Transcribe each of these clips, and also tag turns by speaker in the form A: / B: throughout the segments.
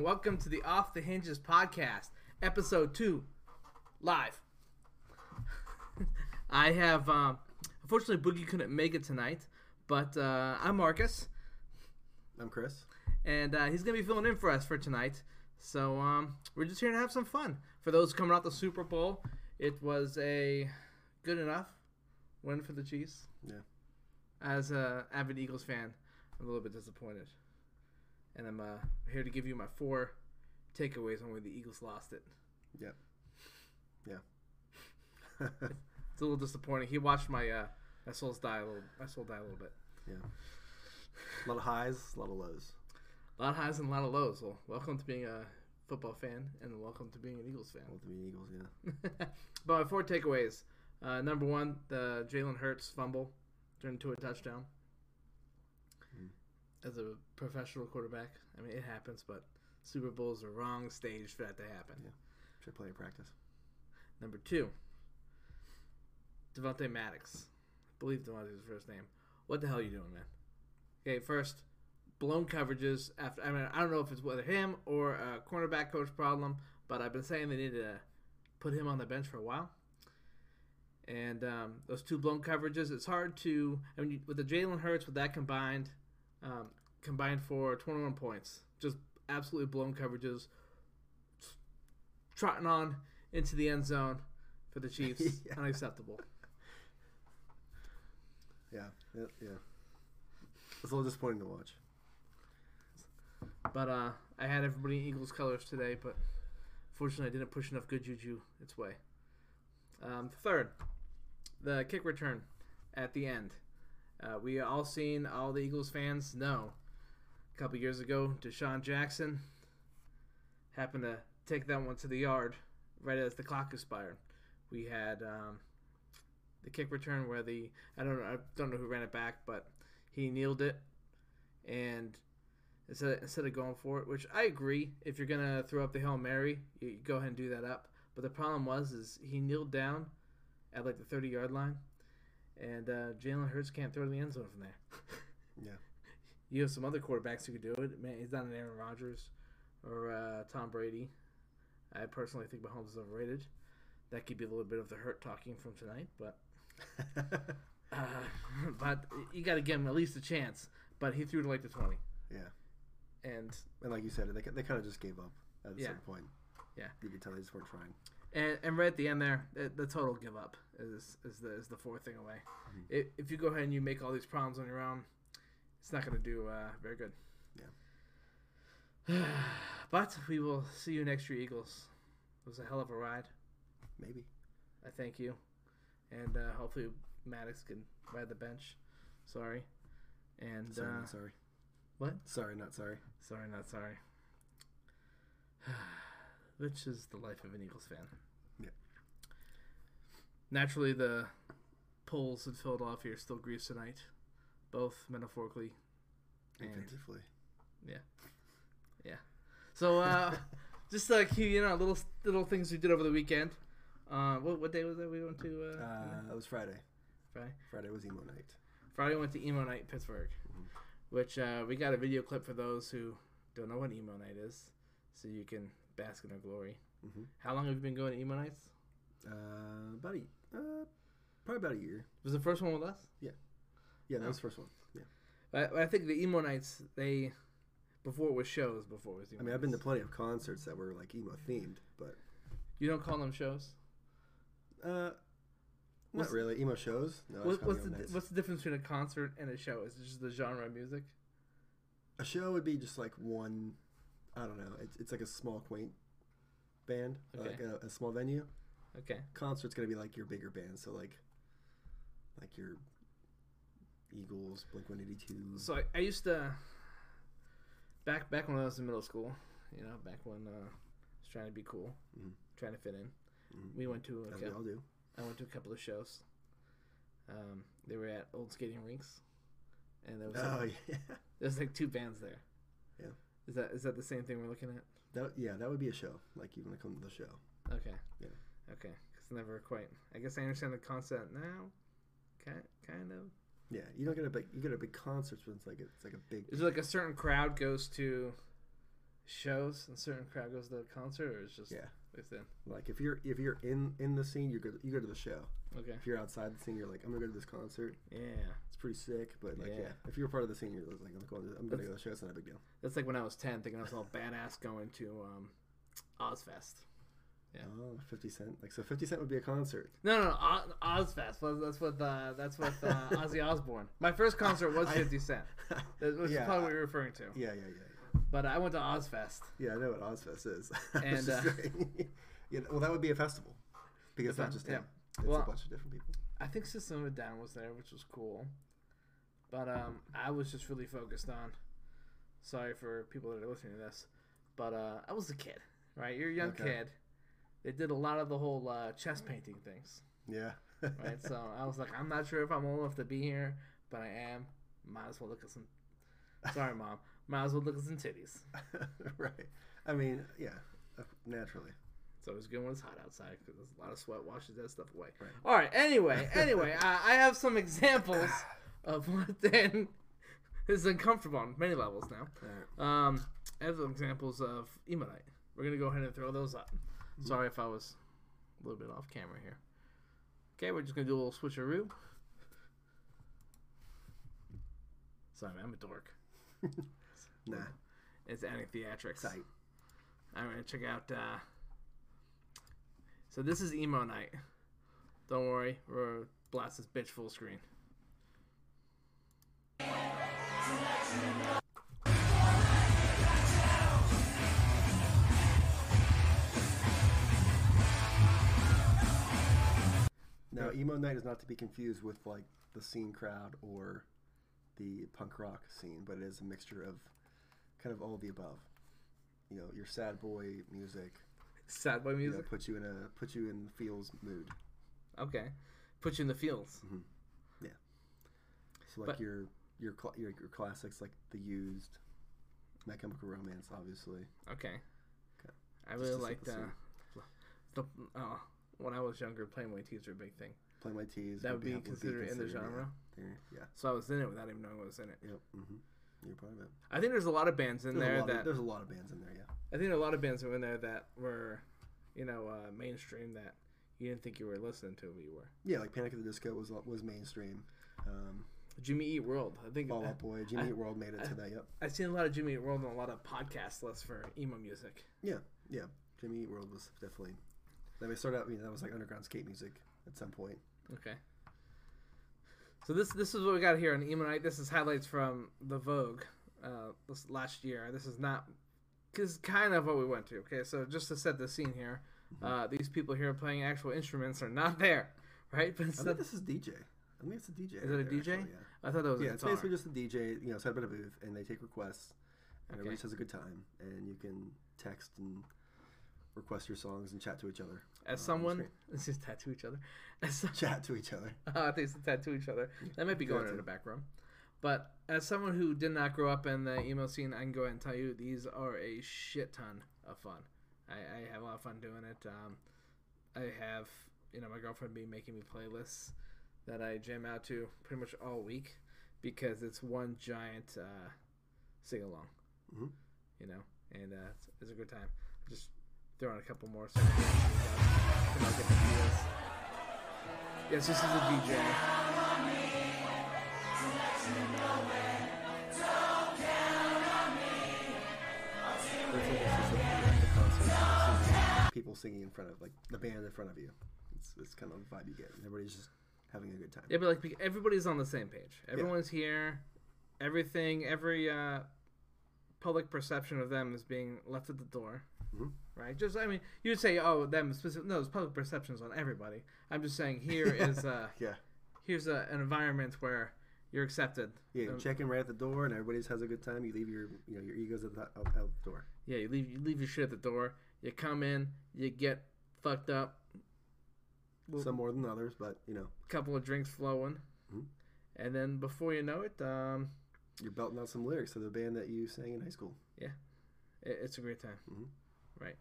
A: welcome to the Off the Hinges podcast, episode two, live. I have, um, unfortunately, Boogie couldn't make it tonight, but uh, I'm Marcus,
B: I'm Chris.
A: and uh, he's gonna be filling in for us for tonight. So um, we're just here to have some fun. For those coming out the Super Bowl, it was a good enough win for the Chiefs.
B: Yeah.
A: As a avid Eagles fan, I'm a little bit disappointed, and I'm uh, here to give you my four takeaways on where the Eagles lost it.
B: Yep. Yeah.
A: It's a little disappointing. He watched my uh, my souls die a little. My soul die a little bit.
B: yeah. A lot of highs, a lot of lows.
A: A lot of highs and a lot of lows. Well, welcome to being a football fan, and welcome to being an Eagles fan.
B: Both the Eagles, yeah.
A: but my four takeaways. Uh, number one, the Jalen Hurts fumble turned into a touchdown. As a professional quarterback, I mean it happens, but Super Bowl is the wrong stage for that to happen.
B: Yeah. Should play in practice.
A: Number two, Devontae Maddox. I believe Devontae is his first name. What the hell are you doing, man? Okay, first, blown coverages. After I mean, I don't know if it's whether him or a cornerback coach problem, but I've been saying they need to put him on the bench for a while. And um, those two blown coverages, it's hard to. I mean, with the Jalen Hurts, with that combined, um, combined for 21 points, just absolutely blown coverages, trotting on into the end zone for the Chiefs,
B: Yeah.
A: unacceptable.
B: Yeah. Yeah. yeah. It's a little disappointing to watch.
A: But uh, I had everybody in Eagles colors today, but fortunately I didn't push enough good juju its way. Um, third, the kick return at the end. Uh, we all seen all the Eagles fans know a couple years ago Deshaun Jackson happened to take that one to the yard right as the clock expired. We had um, the kick return where the I don't know I don't know who ran it back, but he kneeled it and instead instead of going for it, which I agree. If you're gonna throw up the hail mary, you, you go ahead and do that up. But the problem was is he kneeled down at like the 30 yard line, and uh, Jalen Hurts can't throw to the end zone from there.
B: Yeah.
A: you have some other quarterbacks who could do it. Man, he's not an Aaron Rodgers or uh, Tom Brady. I personally think Mahomes is overrated. That could be a little bit of the hurt talking from tonight, but uh, but you got to give him at least a chance. But he threw to like the 20,
B: yeah.
A: and
B: And like you said, they, they kind of just gave up at a
A: Yeah.
B: certain point.
A: Yeah.
B: You could tell they just weren't trying.
A: And, and right at the end there, the, the total give up is is the is the fourth thing away. If, if you go ahead and you make all these problems on your own, it's not going to do uh, very good.
B: Yeah.
A: But we will see you next year, Eagles. It was a hell of a ride.
B: Maybe.
A: I thank you, and uh, hopefully Maddox can ride the bench. Sorry, and
B: Sorry,
A: uh,
B: not sorry.
A: what?
B: Sorry, not sorry.
A: sorry, not sorry. Which is the life of an Eagles fan.
B: Yeah.
A: naturally the polls in Philadelphia are still greased tonight, both metaphorically. And-
B: Inventively.
A: So uh, just like you know, little little things we did over the weekend. Uh, what, what day was that we went to? Uh,
B: Uh, it was Friday.
A: Friday.
B: Friday was emo night.
A: Friday we went to emo night in Pittsburgh,
B: mm-hmm.
A: which uh, we got a video clip for those who don't know what emo night is, so you can bask in our glory.
B: Mhm.
A: How long have you been going to emo nights?
B: Uh, about a, uh, probably about a year.
A: Was the first one with us?
B: Yeah, that
A: Oh.
B: was the first one. Yeah.
A: I, I think the emo nights they before it was shows before it was. Emo
B: I mean, I've been to
A: nights.
B: plenty of concerts that were like emo themed, but
A: you don't call them shows.
B: uh,
A: What's-
B: not really emo shows. No, it's
A: What,
B: called
A: what's the
B: emo nights.
A: what's the difference between a concert and a show? Is it just the genre of music?
B: a show would be just like one. I don't know. It's, it's like a small quaint band, uh,
A: Okay.
B: like a, a small venue.
A: Okay.
B: Concert's gonna be like your bigger band, so like, like your Eagles, Blink One Eighty Two.
A: So I, I used to back back when I was in middle school, you know, back when uh, I was trying to be cool,
B: Mhm.
A: trying to fit in.
B: Mhm.
A: We went to a
B: As we
A: cou-
B: all do.
A: I went to a couple of shows. Um, they were at old skating rinks, and there was like,
B: Oh yeah,
A: there's like two bands there.
B: Yeah.
A: Is that is that the same thing we're looking at?
B: that yeah, that would be a show. Like you want to come to the show.
A: Okay.
B: Yeah.
A: Okay. It's never quite. I guess I understand the concept now. Kind kind of.
B: Yeah, you don't get a big you get a big concert when it's like a, it's like a big
A: Is it like a certain crowd goes to shows and certain crowd goes to the concert, or it's just
B: Yeah.
A: within?
B: Like if you're if you're in in the scene, you go you go to the show.
A: Okay.
B: If you're outside the scene, you're like I'm gonna go to this concert.
A: Yeah.
B: It's pretty sick, but like yeah,
A: Yeah.
B: if you're part of the scene, you're like I'm going to I'm gonna go to the show. It's not a big deal.
A: That's like when I was 10, thinking I was all badass going to um, Ozfest. Yeah.
B: Oh, 50 Cent. Like so, 50 Cent would be a concert.
A: No, no, no O- Ozfest. Well, That's with uh, that's with uh, Ozzy Osbourne. My first concert was
B: I-
A: 50 Cent. That was
B: yeah,
A: probably what you're referring to.
B: yeah, yeah, yeah,
A: But I went to Ozfest.
B: yeah. I know what Ozfest is. I was
A: And,
B: just
A: uh,
B: saying. yeah, well, that would be a festival because it's not
A: That's
B: just
A: right,
B: him. It's
A: Well,
B: a bunch of different people.
A: I think System of a Down was there, which was cool. But um, I was just really focused on. Sorry for people that are listening to this, but uh, I was a kid, right? You're a young
B: Okay.
A: kid. They did a lot of the whole uh, chest painting things,
B: Yeah.
A: right? so I was like, I'm not sure if I'm old enough to be here, but I am. Might as well look at some. Sorry, mom. Might as well look at some titties.
B: right. I mean, yeah, uh, naturally.
A: It's always good when it's hot outside because a lot of sweat washes that stuff away.
B: Right.
A: All right. Anyway, anyway, I, I have some examples of what then is uncomfortable on many levels now.
B: All right.
A: Um, I have some examples of emonite. We're gonna go ahead and throw those up. Sorry if I was a little bit off camera here. Okay, we're just gonna do a little switcheroo. Sorry, man, I'm a dork.
B: Nah,
A: It's adding theatrics.
B: tight.
A: All right, check out. Uh, so this is emo night. Don't worry, we're blast this bitch full screen.
B: Now, emo night is not to be confused with like the scene crowd or the punk rock scene, but it is a mixture of kind of all the above. You know, your sad boy music,
A: Sad boy
B: you know,
A: music.
B: puts you in a put you in feels mood.
A: Okay, put you in the fields.
B: So like
A: But-
B: your your cl- your your classics like the used, My Chemical Romance, obviously.
A: Okay.
B: Mm-hmm. Okay.
A: I
B: Just
A: really
B: to set
A: liked
B: the
A: uh,
B: scene.
A: the uh, when I was younger, Playboy tees were a big thing.
B: Play My Tees.
A: That would be considered in the
B: considered,
A: genre.
B: Yeah. There-
A: So I was in it without even knowing what was in it.
B: yeah. Yep. hmm You're part of it.
A: I think there's a lot of bands in
B: There's a
A: there
B: lot of-
A: that
B: there's a lot of bands in there. Yeah.
A: I think there are a lot of bands that were in there that were, you know, uh, mainstream that you didn't think you were listening to, but you were.
B: Yeah, like Panic at the Disco was was mainstream. Um,
A: Jimmy Eat World. I think
B: Fall Out Boy, Jimmy
A: I-
B: Eat World made it to that. Yep.
A: I've seen a lot of Jimmy Eat World and a lot of podcast lists for emo music.
B: Yeah, yeah. Jimmy Eat World was definitely. That we started out. I mean, that was like underground skate music at some point.
A: Okay. So this this is what we got here on emo night. This is highlights from the Vogue uh, this last year. This is not this is kind of what we went to. Okay, so just to set the scene here, uh, these people here playing actual instruments are not there, right? But
B: I
A: instead,
B: think this is DJ. I think it's a DJ. Is
A: it a DJ?
B: yeah.
A: I thought that was
B: yeah,
A: a
B: it's
A: guitar.
B: basically just a DJ. You know, set up at a booth and they take requests, and everybody
A: Okay.
B: just has a good time, and you can text and request your songs and chat to each other.
A: As
B: uh,
A: someone,
B: screen.
A: let's just tattoo each other. As some,
B: Chat to each other.
A: uh, they used to tattoo each other. That might be going on in
B: Tattoo.
A: the back room. But as someone who did not grow up in the emo scene, I can go ahead and tell you these are a shit ton of fun. I, I have a lot of fun doing it. Um, I have, you know, my girlfriend be making me playlists that I jam out to pretty much all week because it's one giant uh, sing along,
B: Mhm.
A: you know, and uh, it's, it's a good time. Just throw in uh, a couple more. So I can get the feels. yes, this is a DJ.
B: That's like it's just like the concert, singing, people singing in front of like the band in front of you. It's, it's kind of the vibe you get. And everybody's just having a good time.
A: Yeah, but like bec- everybody's on the same page. Everyone's here. Everything, every uh, public perception of them is being left at the door,
B: Mhm.
A: right? Just, I mean, you would say, oh, them specific. No, it's public perceptions on everybody. I'm just saying here is uh,
B: Yeah.
A: here's a, an environment where you're accepted.
B: Yeah, you
A: Um,
B: check in right at the door, and everybody just has a good time. You leave your, you know, your egos at the, out, out the door.
A: Yeah, you leave you leave your shit at the door. You come in, you get fucked up, Well-
B: Some more than others, but you know,
A: couple of drinks flowing,
B: Mhm.
A: and then before you know it, um,
B: you're belting out some lyrics to the band that you sang in high school.
A: It, it's a great time.
B: Mhm.
A: Right.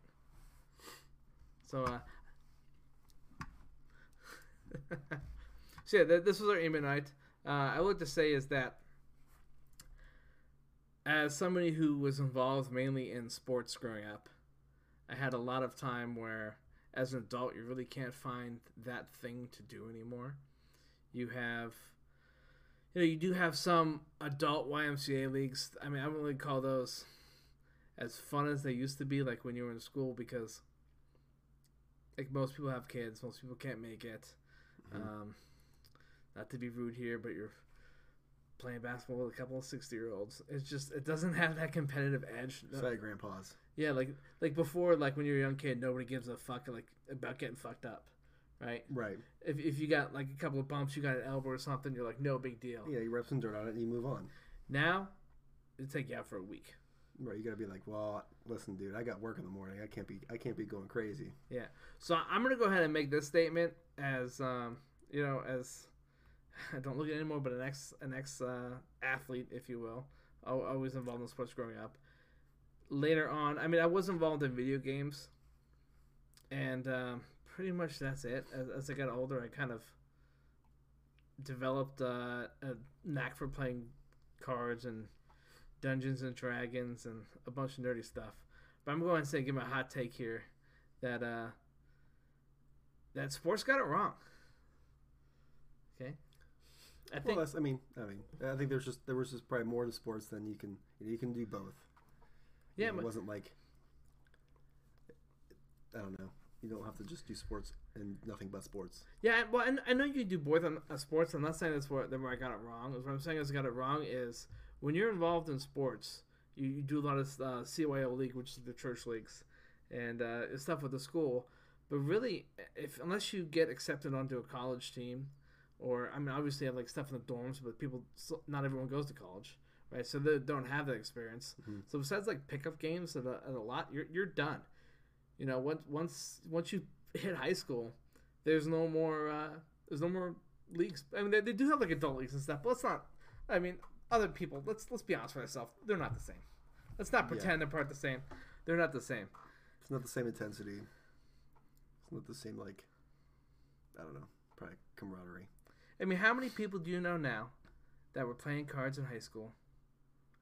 A: So, uh. so, yeah, th- this was our aim at night. Uh, I would like to say is that as somebody who was involved mainly in sports growing up, I had a lot of time where, as an adult, you really can't find that thing to do anymore. You have, you know, you do have some adult YMCA leagues. I mean, I wouldn't really call those as fun as they used to be, like when you were in school, because like most people have kids, most people can't make it.
B: Mhm.
A: Um, not to be rude here, but you're playing basketball with a couple of sixty year olds. It's just it doesn't have that competitive edge.
B: Sorry, grandpas.
A: Yeah, like like before, like when you're a young kid, nobody gives a fuck like about getting fucked up, right?
B: Right.
A: If if you got like a couple of bumps, you got an elbow or something, you're like no big deal.
B: Yeah, you rub some dirt on it and you move on.
A: Now, it take you out for a week.
B: Right. You gotta be like, well, listen, dude, I got work in the morning. I can't be. I can't be going crazy.
A: Yeah. So I'm gonna go ahead and make this statement as um, you know as I don't look at it anymore, but an ex an ex uh, athlete, if you will, Al always involved in sports growing up. Later on, I mean, I was involved in video games, and um, pretty much that's it. As, as I got older, I kind of developed uh, a knack for playing cards and Dungeons and Dragons and a bunch of nerdy stuff. But I'm going to say, give my hot take here that uh that sports got it wrong. Okay, I think
B: well, that's. I mean, I mean, I think there's just there was just probably more to sports than you can you can do both. You
A: yeah,
B: know,
A: but-
B: it wasn't like I don't know. You don't have to just do sports and nothing but sports.
A: yeah. Well, and I know you do both on uh, sports. I'm not saying that's where, that where I got it wrong. What I'm saying is I got it wrong is when you're involved in sports, you, you do a lot of uh, CYO league, which is the church leagues, and uh, it's stuff with the school. But really, if unless you get accepted onto a college team, or I mean, obviously, I have like stuff in the dorms, but people, so- not everyone goes to college, right? So they don't have that experience. So besides like pickup games and a, and a lot, you're you're done. You know, once once once you hit high school, there's no more uh, there's no more leagues. I mean, they, they do have like adult leagues and stuff, but let's not. I mean, other people. Let's let's be honest with ourselves. They're not the same. Let's not pretend they're part the same. They're not the same.
B: It's not the same intensity. It's not the same like I don't know, probably camaraderie.
A: I mean, how many people do you know now that were playing cards in high school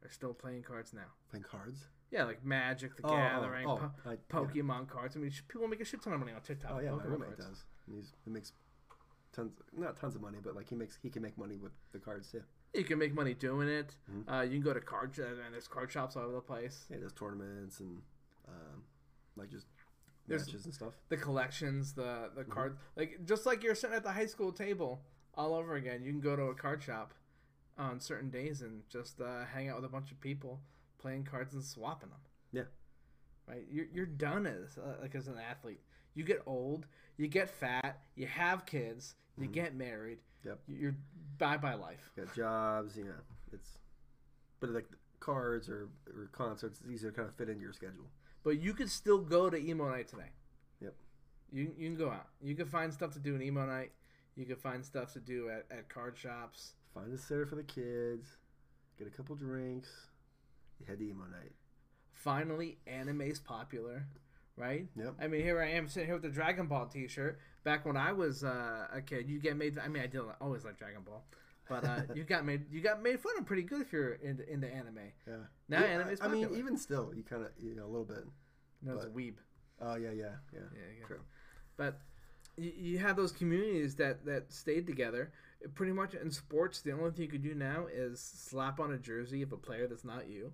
A: are still playing cards now?
B: Playing cards.
A: Yeah, like Magic, The
B: Oh, oh,
A: Gathering,
B: oh,
A: po-
B: I- yeah.
A: Pokemon cards. I mean, sh- people make a shit ton of money on TikTok.
B: Oh
A: with
B: yeah, my
A: Pokemon
B: roommate
A: cards.
B: does. And he's, he makes tons, not tons of money, but like he makes he can make money with the cards too.
A: You can make money doing it.
B: Mm-hmm.
A: Uh, you can go to card sh- and there's card shops all over the place.
B: Yeah, he does tournaments and um, like just
A: There's-
B: matches and stuff.
A: The collections, the the
B: Mm-hmm.
A: card, like just like you're sitting at the high school table all over again. You can go to a card shop on certain days and just uh, hang out with a bunch of people playing cards and swapping them.
B: Yeah,
A: right? You're, you're done as uh, like as an athlete. You get old, you get fat, you have kids, you get married.
B: Mm-hmm. Yep.
A: you- You're bye bye life.
B: got jobs. You know, it's but like cards or or concerts, it's easier to kind of fit into your schedule.
A: But you could still go to emo night today.
B: Yep.
A: You you can go out. You can find stuff to do in emo night. You can find stuff to do at, at card shops.
B: Find a sitter for the kids, get a couple drinks, you head to emo night.
A: Finally, anime's popular, right?
B: Yep.
A: I mean, here I am sitting here with the Dragon Ball T-shirt. Back when I was uh, a kid, you get made. I mean, I didn't always like Dragon Ball, but uh, you got made. You got made fun of pretty good if you're into, into anime.
B: Yeah.
A: Now
B: yeah,
A: anime's
B: I, I mean,
A: popular.
B: even still, you kind of you know a little bit.
A: No, it's a
B: But-
A: weeb.
B: Oh yeah, yeah, yeah.
A: Yeah, yeah.
B: True.
A: But you, you have those communities that that stayed together. It Pretty much in sports, the only thing you could do now is slap on a jersey of a player that's not you.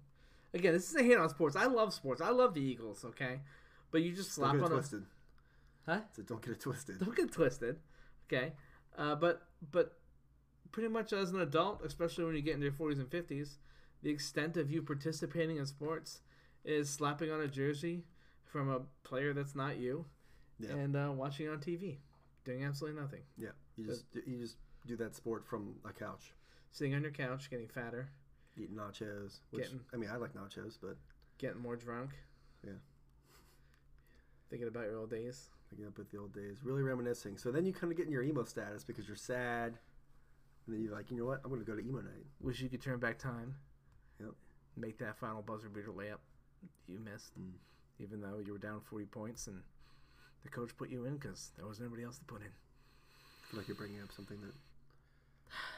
A: Again, this is a hit on sports. I love sports. I love the Eagles. Okay, but you just slap
B: Don't get it
A: on a
B: twisted.
A: Huh?
B: So don't get it twisted.
A: don't get twisted. Okay, uh, but but pretty much as an adult, especially when you get into your forties and fifties, the extent of you participating in sports is slapping on a jersey from a player that's not you,
B: Yeah.
A: and uh, watching it on TV, doing absolutely nothing,
B: Yeah, you just you just do that sport from a couch,
A: sitting on your couch, getting fatter,
B: eating nachos. Which
A: Getting-
B: I mean, I like nachos, but
A: getting more drunk.
B: Yeah.
A: Thinking about your old days.
B: picking up with the old days, really reminiscing. So then you kind of get in your emo status because you're sad, and then you're like, you know what? I'm gonna go to emo night.
A: Wish you could turn back time.
B: Yep.
A: Make that final buzzer beater layup you missed,
B: Mm.
A: even though you were down 40 points and the coach put you in because there wasn't anybody else to put in.
B: I feel like you're bringing up something that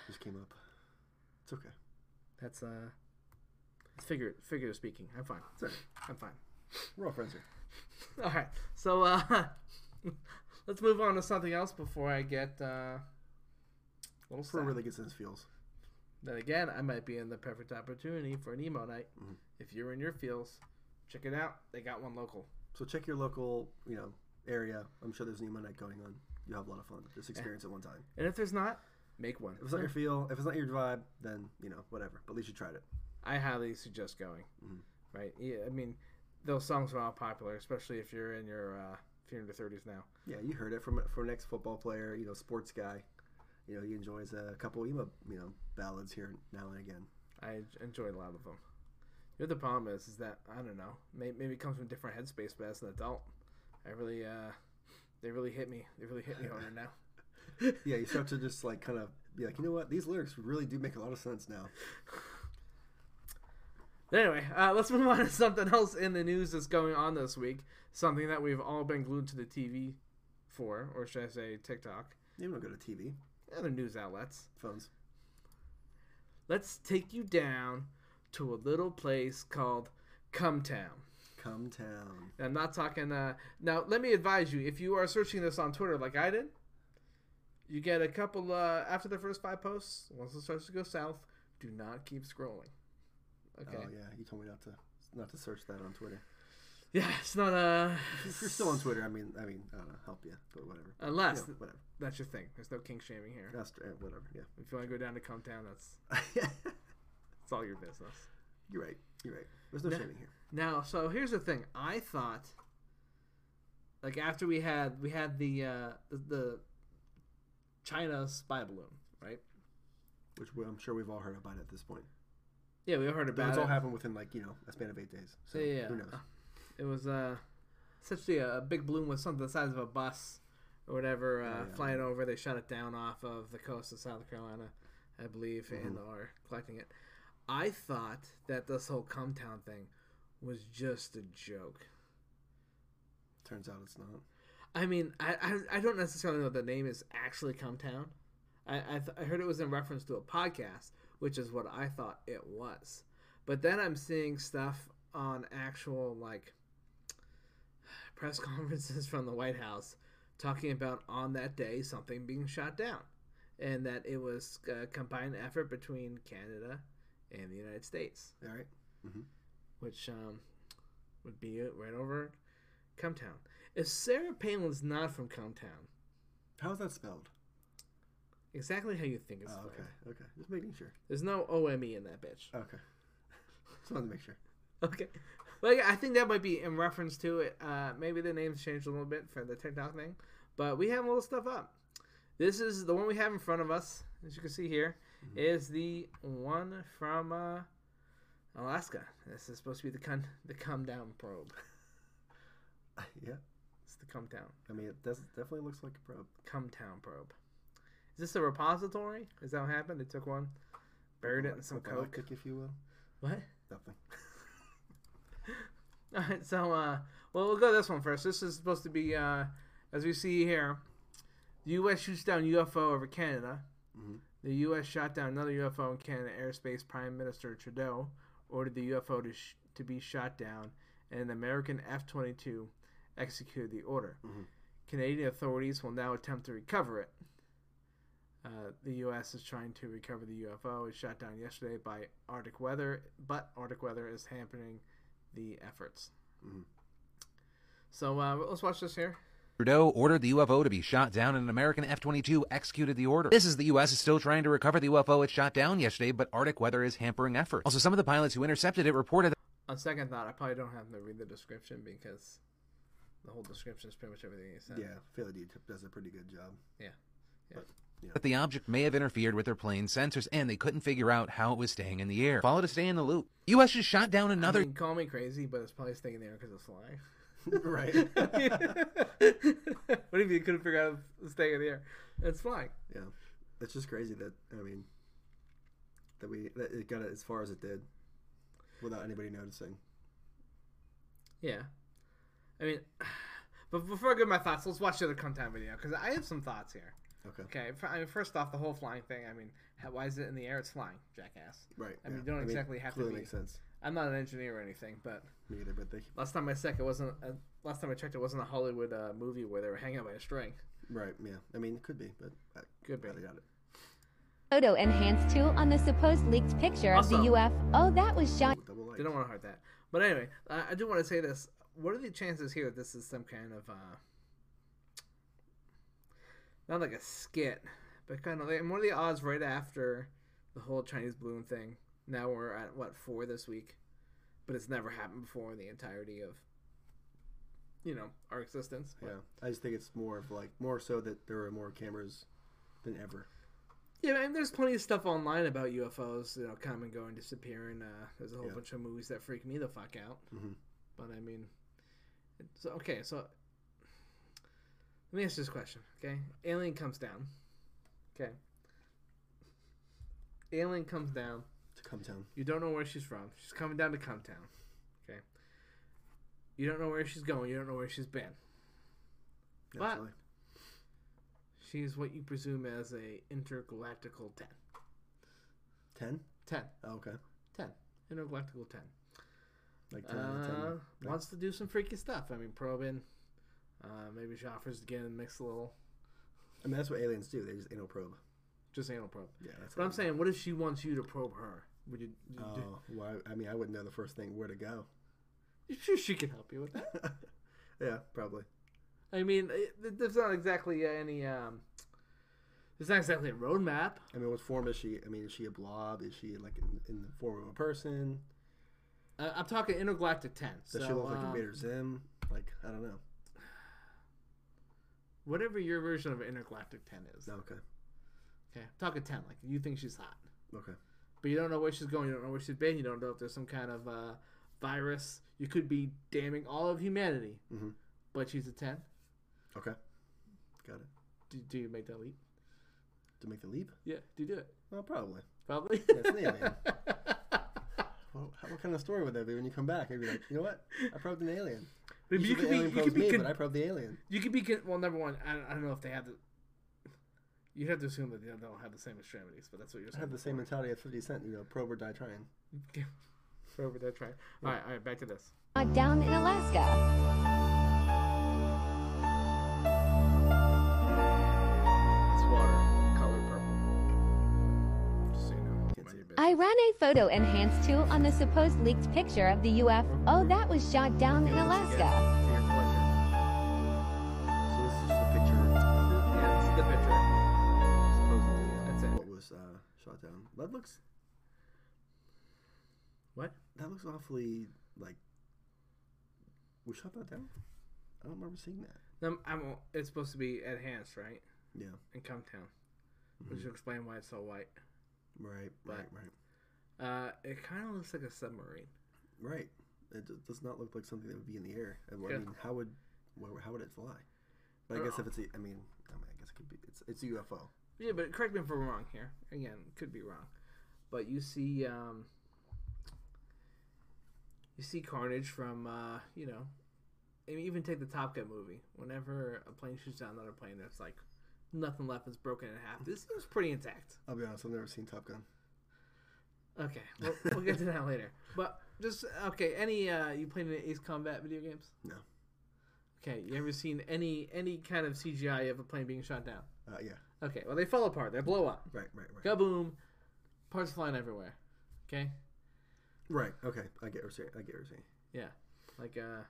B: just came up. It's okay.
A: That's uh, Figure, figurative speaking. I'm fine.
B: It's all right.
A: I'm fine.
B: We're all friends here.
A: All right. So uh, let's move on to something else before I get uh, a little
B: That's where
A: sad.
B: it really gets his feels.
A: Then again, I might be in the perfect opportunity for an emo night.
B: Mm-hmm.
A: If you're in your fields, check it out. They got one local.
B: So check your local, you know, area. I'm sure there's an emo night going on. You'll have a lot of fun. Just experience it one time.
A: And if there's not, make one.
B: If it's not your feel, if it's not your vibe, then you know, whatever. But at least you tried it.
A: I highly suggest going. Right? Yeah, I mean, those songs are all popular, especially if you're in your uh, if you're in your 30s now.
B: Yeah, you heard it from from an ex football player, you know, sports guy. You know, he enjoys a couple emo, you know, ballads here now and again.
A: I enjoy a lot of them. The other problem is, is that I don't know. Maybe, maybe it comes from different headspace, but as an adult, I really, uh, they really hit me. They really hit me harder now.
B: Yeah, you start to just like kind of be like, you know what, these lyrics really do make a lot of sense now.
A: Anyway, uh, let's move on to something else in the news that's going on this week. Something that we've all been glued to the TV for, or should I say TikTok,
B: You don't go to TV,
A: other news outlets.
B: phones.
A: Let's take you down to a little place called Cumtown.
B: Come town.
A: And I'm not talking. Uh, now, let me advise you: if you are searching this on Twitter like I did, you get a couple uh, after the first five posts. Once it starts to go south, do not keep scrolling. Okay.
B: Oh yeah, you told me not to not to search that on Twitter.
A: yeah. it's not uh, a.
B: If you're still on Twitter, I mean, I mean, I don't know, help you, but whatever. You
A: Unless
B: know, whatever.
A: that's your thing. There's no king shaming here.
B: That's eh, whatever. Yeah.
A: If you want to go down to Cumtown, that's it's all your business.
B: you're right. You're right. There's no
A: No.
B: shaming here.
A: Now, so here's the thing. I thought, like after we had we had the uh, the, the China spy balloon, right?
B: Which we- I'm sure we've all heard about at this point.
A: Yeah, we heard about
B: Those
A: it.
B: all happened within like you know a span of eight days. So
A: Yeah, yeah,
B: who
A: yeah.
B: knows?
A: It was uh, essentially a, a big balloon with something the size of a bus or whatever uh,
B: Oh, Yeah, yeah.
A: flying over. They shot it down off of the coast of South Carolina, I believe,
B: Mm-hmm.
A: and are collecting it. I thought that this whole Cumtown thing was just a joke.
B: Turns out it's not.
A: I mean, I, I, I don't necessarily know the name is actually Cumtown. I, I, th- I heard it was in reference to a podcast, which is what I thought it was. But then I'm seeing stuff on actual, like, press conferences from the White House talking about on that day something being shot down. And that it was a combined effort between Canada and the United States,
B: All right.
A: which um, would be it right over Cumtown. If Sarah Palin's not from Cumtown,
B: How's that spelled?
A: Exactly how you think it's
B: Oh,
A: spelled.
B: okay. Okay. Just making sure.
A: There's no OME in that bitch.
B: Okay. Just wanted to make sure.
A: Okay. Well, yeah, I think that might be in reference to it. Uh, maybe the name's changed a little bit for the TikTok thing, but we have a little stuff up. This is the one we have in front of us, as you can see here,
B: Mm-hmm.
A: is the one from uh, Alaska. This is supposed to be the con- the come down probe.
B: yeah.
A: It's the come down
B: I mean, it does definitely looks like a probe.
A: come down probe. Is this a repository? Is that what happened? They took one, buried it in some coke.
B: Apocalyptic, if you will.
A: What?
B: Nothing.
A: All right, so uh, well, we'll go this one first. This is supposed to be, uh, as we see here, the U.S. shoots down UFO over Canada.
B: Mhm.
A: The U.S. shot down another UFO in Canada airspace. Prime Minister Trudeau ordered the UFO to sh- to be shot down, and an American F-22 executed the order.
B: Mhm.
A: Canadian authorities will now attempt to recover it. Uh, the U.S. is trying to recover the UFO. It was shot down yesterday by Arctic weather, but Arctic weather is hampering the efforts.
B: Mhm.
A: So uh, let's watch this here.
C: Trudeau ordered the UFO to be shot down, and an American F 22 executed the order. This is the U.S. is still trying to recover the UFO it shot down yesterday, but Arctic weather is hampering effort. Also, some of the pilots who intercepted it reported
A: On second thought, I probably don't have to read the description because the whole description is pretty much everything he said.
B: Yeah. Philly D does a pretty good job.
C: that the object may have interfered with their plane's sensors, and they couldn't figure out how it was staying in the air. Followed to stay in the loop. U.S. just shot down
A: I
C: another
A: mean, call me crazy, but it's probably staying there because it's flying.
B: right.
A: what if you couldn't figure out it's staying in the air? It's flying.
B: yeah. It's just crazy that I mean that we that it got as far as it did without anybody noticing.
A: Yeah. I mean, but before I give my thoughts, let's watch the other Cumtown video because I have some thoughts here.
B: Okay.
A: Okay, f- I mean, first off, the whole flying thing. I mean, how, why is it in the air? It's flying, jackass.
B: Right.
A: I mean, you don't exactly have to
B: clearly
A: be-
B: makes sense.
A: I'm not an engineer or anything, but
B: Me either, but they
A: last time I checked, it wasn't. Uh, last time I checked, it wasn't a Hollywood uh, movie where they were hanging out by a string.
B: right. Yeah. I mean, it could be, but I
A: Could be.
B: highly doubt it.
D: Photo enhance tool on the supposed leaked picture of the
A: Also-
D: UFO. Oh, that was John.
B: With double lights.
A: They don't want to hurt that. But anyway, I, I do want to say this. What are the chances here that this is some kind of uh, not like a skit, but kind of like and what are the odds right after the whole Chinese balloon thing? Now we're at what four this week, but it's never happened before in the entirety of you know our existence.
B: Yeah. I just think it's more of like more so that there are more cameras than ever.
A: Yeah, and there's plenty of stuff online about UFOs, you know, come and go and disappearing. Uh, there's a whole
B: Yeah.
A: bunch of movies that freak me the fuck out.
B: Mhm.
A: But I mean, it's okay. So let me ask you this question. Okay, alien comes down. Okay, alien comes down.
B: To come down.
A: You don't know where she's from. She's coming down to Cumtown. Okay. You don't know where she's going. You don't know where she's been. But-
B: naturally.
A: She's what you presume as a intergalactical ten.
B: ten.
A: Ten.
B: Oh, okay.
A: 10. Intergalactical 10.
B: Like ten out of ten.
A: Uh, wants to do some freaky stuff. I mean, probing. Uh, maybe she offers to get in, mix a little.
B: I mean, that's what aliens do. They just anal probe.
A: Just anal probe.
B: Yeah, that's.
A: But
B: what
A: I'm saying, what if she wants you to probe her? Would you? you
B: Oh,
A: do-
B: well, I, I mean, I wouldn't know the first thing where to go.
A: you sure she can help you with that?
B: yeah, probably.
A: I mean, it, it- there's not exactly uh, any. Um, there's not exactly a roadmap.
B: I mean, what form is she? I mean, is she a blob? Is she like in, in the form of a person?
A: Uh, I'm talking intergalactic 10. So,
B: Does she look like
A: um,
B: Invader Zim? Like, I don't know.
A: whatever your version of intergalactic 10 is.
B: No, okay,
A: Okay, I'm talking 10. Like, you think she's hot.
B: okay,
A: but you don't know where she's going. You don't know where she's been. You don't know if there's some kind of uh, virus. You could be damning all of humanity,
B: Mhm.
A: but she's a ten.
B: okay. Got it.
A: Do, do you make that leap?
B: To make the leap?
A: Yeah, do you do it?
B: Well, probably.
A: Probably.
B: That's an alien. well, how- what kind of story would that be when you come back? I'd be like, you know what? I probed an alien.
A: Maybe you
B: Usually
A: could
B: the
A: be.
B: alien
A: You could
B: probes
A: be.
B: me,
A: con-
B: but I probed the alien.
A: you could be. Con- well, number one, I don't, I don't know if they have the. You'd have to assume that they don't have the same extremities, but that's what you're
B: I
A: saying.
B: have the same mentality at 50 Cent, you know, probe or die trying.
A: So over there, try. it. All right, all right, back to this.
D: shot down in Alaska.
A: It's water, color purple. Just so you know.
B: Can't see it.
D: I ran a photo enhance tool on the supposed leaked picture of the UFO. Oh, that was shot down in Alaska.
A: Alaska.
B: So this is just a picture,
A: Yeah, this is the picture.
B: supposedly, of
A: That's it.
B: what was uh, shot down. That looks
A: What?
B: That looks awfully like. We shot that down. I don't remember seeing that.
A: No, I'm, it's supposed to be enhanced, right?
B: Yeah.
A: In Cumtown, which will explain why it's so white.
B: Right.
A: But-
B: Right. Right.
A: Uh, it kind of looks like a submarine.
B: Right. It d- does not look like something that would be in the air. I
A: Yeah.
B: mean, how would where, how would it fly? But I guess if it's a, I mean, I mean, I guess it could be. It's it's a UFO.
A: Yeah, but correct me if I'm wrong here. Again, could be wrong, but you see, um, you see carnage from, uh, you know, I mean, even take the Top Gun movie. Whenever a plane shoots down another plane, that's like nothing left is broken in half. This seems pretty intact.
B: I'll be honest. I've never seen Top Gun.
A: Okay, we'll, we'll get to that later. But just okay. Any uh, you played any Ace Combat video games?
B: No.
A: Okay, you ever seen any any kind of CGI of a plane being shot down?
B: Uh, yeah.
A: Okay, well they fall apart. They blow up.
B: Right. Right. Right.
A: Kaboom! Parts flying everywhere. Okay,
B: Right. Okay. I get what you're saying. I get what you're saying.
A: yeah, like uh,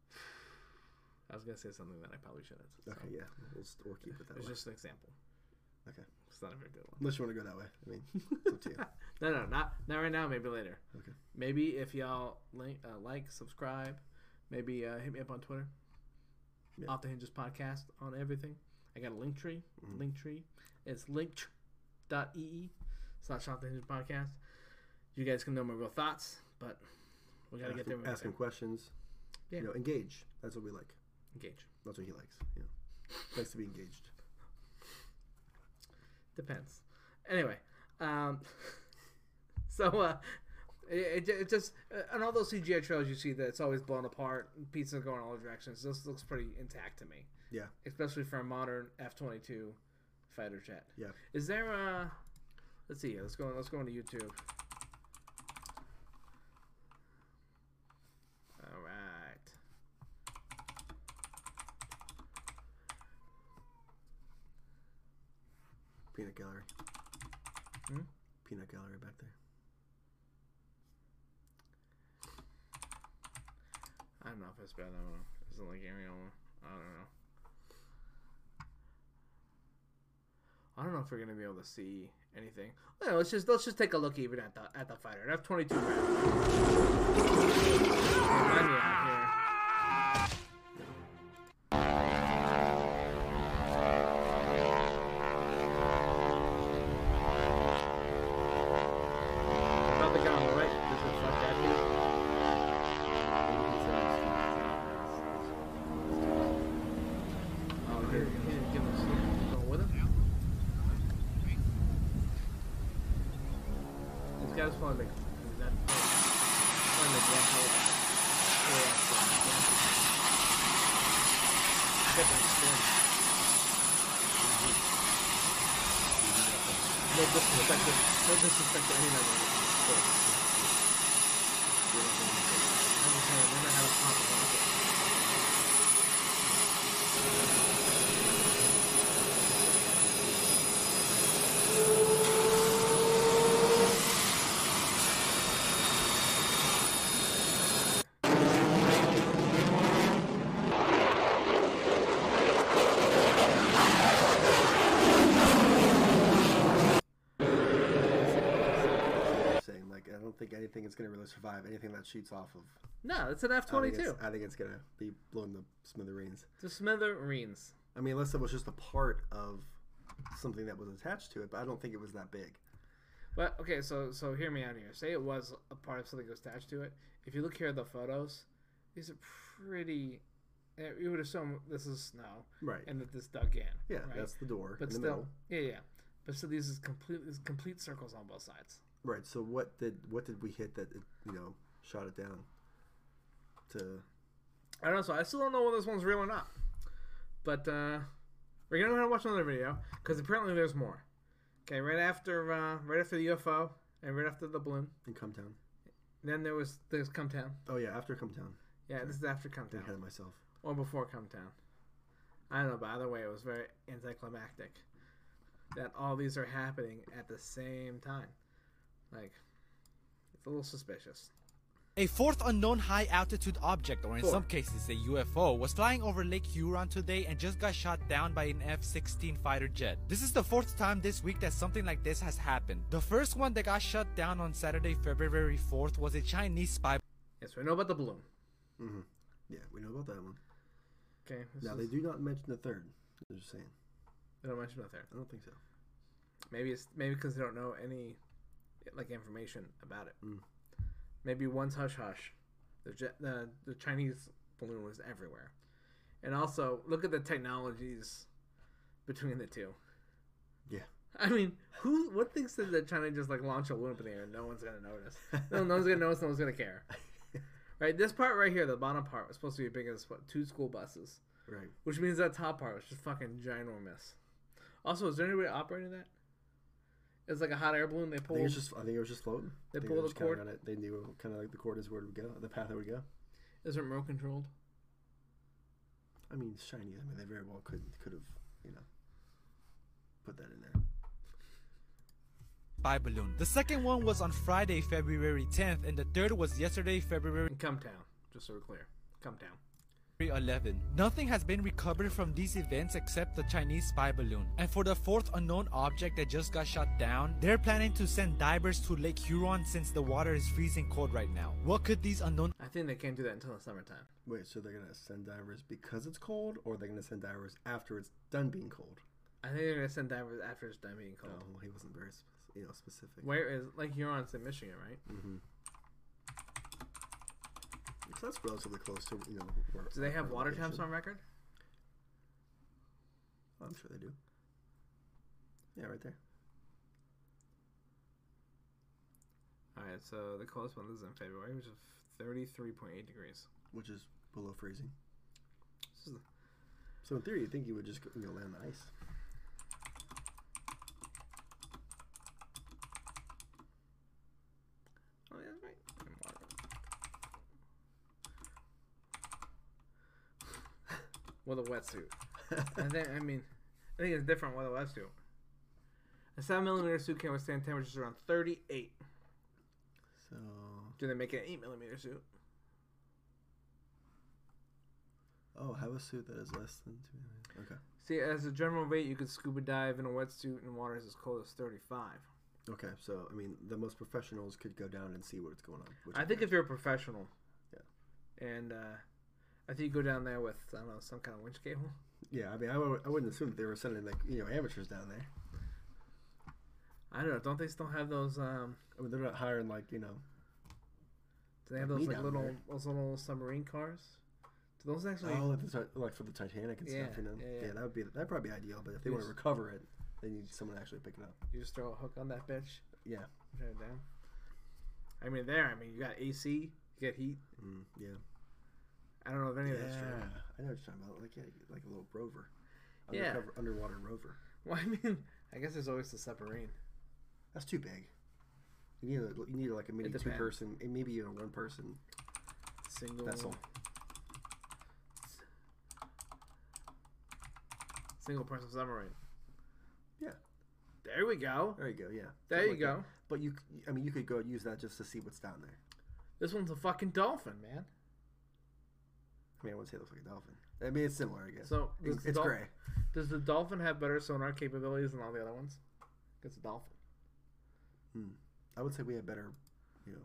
A: I was gonna say something that I probably shouldn't. So
B: Okay. Yeah. We'll, st- we'll keep it that
A: It's
B: way.
A: just an example.
B: Okay.
A: It's not a very good one.
B: Unless you want to go that way. I mean, it's up to you.
A: No, no, not not right now. Maybe later.
B: Okay.
A: Maybe if y'all link, uh, like, subscribe, maybe uh, hit me up on Twitter.
B: Yeah.
A: Off the Hinges podcast on everything. I got a link tree.
B: Mm-hmm.
A: Link tree. It's linktree.ee slash off the hinges podcast. You guys can know my real thoughts, but we got to
B: Ask,
A: get there.
B: him,
A: with
B: ask him
A: everything.
B: questions.
A: Yeah.
B: You know, engage. That's what we like.
A: Engage.
B: That's what he likes. You know, likes to be engaged.
A: Depends. Anyway, um, so uh, it, it, it just uh, and all those CGI trailers you see that it's always blown apart, pieces are going all directions. This looks pretty intact to me.
B: Yeah.
A: especially for a modern F twenty two fighter jet.
B: Yeah.
A: Is there a? Let's see. Let's go. Let's go into YouTube. All right.
B: Peanut gallery.
A: Hmm?
B: Peanut gallery back there.
A: I don't know if it's bad. I don't know. Is it like Ariel? I don't know. I don't know if we're gonna be able to see anything. Well, let's just let's just take a look even at the at the fighter. F twenty two. Oh, here, here, give us going with him. This guy's probably like that. Probably like one hell of a- hell of a- yeah. Get that spin. No disrespect to no disrespect to any member of this sport. I just have never had a problem with it.
B: Saying like I don't think anything is gonna really survive anything that shoots off of.
A: No, it's an F
B: I
A: twenty
B: think
A: two.
B: it's- I think it's gonna be blown to smithereens.
A: The smithereens.
B: I mean, unless it was just a part of something that was attached to it, but I don't think it was that big.
A: Well, okay, so so hear me out here. Say it was a part of something that was attached to it. If you look here at the photos, these are pretty. eh, You would assume this is snow
B: Right.
A: and that this dug in.
B: yeah,
A: right?
B: that's the door
A: but
B: in the
A: still,
B: middle.
A: yeah, yeah. But still, these is complete these complete circles on both sides.
B: Right. So what did what did we hit that it, you know shot it down? To
A: I don't know. So I still don't know whether this one's real or not. But uh, we're gonna have to watch another video because apparently there's more. Okay, right after uh, right after the UFO and right after the balloon,
B: in Cumtown.
A: then there was there's Come Town.
B: Oh yeah, after Cumtown.
A: Yeah, this is after Come
B: Get
A: Town.
B: ahead of myself.
A: or before Come Town. I don't know, by the way, it was very anticlimactic that all these are happening at the same time. Like, it's a little suspicious.
E: A fourth unknown high altitude object, or in some cases a UFO, was flying over Lake Huron today and just got shot down by an F 16 fighter jet. This is the fourth time this week that something like this has happened. The first one that got shot down on Saturday, February 4th, was a Chinese spy.
A: Yes, we know about the balloon.
B: Mm-hmm. Yeah, we know about that one.
A: Okay, this
B: Now
A: is,
B: they do not mention the third. They're just saying.
A: they don't mention it there.
B: I don't think so.
A: Maybe it's maybe because they don't know any like information about it.
B: Mm.
A: Maybe once hush hush, the, Je- the the Chinese balloon was everywhere, and also look at the technologies between the two.
B: Yeah.
A: I mean, who? What thinks that they're trying to just like launch a balloon up in the air? and No one's gonna notice. No, no one's gonna notice. No one's gonna care. Right. This part right here, the bottom part, was supposed to be big as what two school buses,
B: Right.
A: which means that top part was just fucking ginormous. Also, is there anybody operating that? It's like a hot air balloon. They
B: I
A: pulled.
B: think it was just. I think it was just floating.
A: They
B: I think
A: pulled
B: just
A: a
B: kinda
A: cord.
B: got it- They knew kind of like the cord is where it would go, the path it would go.
A: Is it remote controlled?
B: I mean, it's Chinese. I mean, they very well could could have you know put that in there.
E: spy balloon. The second one was on Friday, February 10th, and the third was yesterday, February
A: In Come Town, just so we're clear. Come Town.
E: 11. Nothing has been recovered from these events except the Chinese spy balloon. And for the fourth unknown object that just got shot down, they're planning to send divers to Lake Huron since the water is freezing cold right now. What could these unknown
A: I think they can't do that until the summertime.
B: Wait, so they're gonna send divers because it's cold, or they're gonna send divers after it's done being cold?
A: I think they're gonna send divers after it's done being cold.
B: Oh, well, he wasn't very sp- you know specific.
A: Where is like Huron's in Michigan, right?
B: So that's relatively close to you know. Where,
A: Do they have
B: our
A: water
B: location.
A: temps on record?
B: I'm sure they do. Yeah, right there.
A: All right, so the coldest one is in February, which is thirty-three point eight degrees.
B: Which is below freezing.
A: This is-
B: So in theory, you think you would just go, you know, land on ice.
A: Oh, yeah, right. I'm water. with a wetsuit. I think. I mean, I think it's different with a wetsuit. A seven millimeter suit can withstand temperatures around 38.
B: So
A: Do they make an eight millimeter suit?
B: oh, have a suit that is less than two. millimeters.
A: See, as a general rate, you could scuba dive in a wetsuit in waters as cold as 35.
B: Okay. Okay. So I mean, the most professionals could go down and see what's going on. Which
A: I think if you're a professional,
B: Yeah.
A: and uh, I think you go down there with I don't know some kind of winch cable.
B: yeah, I mean, I would, I wouldn't assume that they were sending like you know amateurs down there.
A: I don't know. Don't they still have those? Um,
B: I mean, they're not hiring like you know.
A: do they have
B: Like me
A: those like
B: down
A: little
B: there.
A: those little submarine cars? Do those actually?
B: Oh, like, the, Ti- like for the Titanic and stuff,
A: Yeah,
B: you know.
A: yeah,
B: Yeah,
A: yeah.
B: that would be that'd probably be ideal. But if they want to
A: Yes.
B: recover it, they need someone to actually pick it up.
A: You just throw a hook on that bitch.
B: Yeah.
A: Turn it down. I mean, there. I mean, you got AC. You get heat.
B: Mm, yeah.
A: I don't know if any of that's
B: yeah.
A: true.
B: I know what you're talking about. Like yeah, like a little rover.
A: Yeah.
B: Undercover, Underwater rover.
A: Well, I mean, I guess there's always the submarine.
B: That's too big. You need, a, you need like a maybe two
A: depends.
B: person, eh, maybe even a one person
A: Single
B: vessel.
A: single person submarine.
B: Yeah.
A: There we go.
B: There you go. Yeah.
A: There
B: Something
A: you
B: like
A: go.
B: that. But you, c- I mean, you could go use that just to see what's down there.
A: This one's a fucking dolphin, man.
B: I mean, I wouldn't say it looks like a dolphin. I mean, it's similar, I guess.
A: So,
B: it's,
A: does the
B: it's
A: dol-
B: gray.
A: Does the dolphin have better sonar capabilities than all the other ones? It's a dolphin.
B: Hmm. I would say we have better, you know,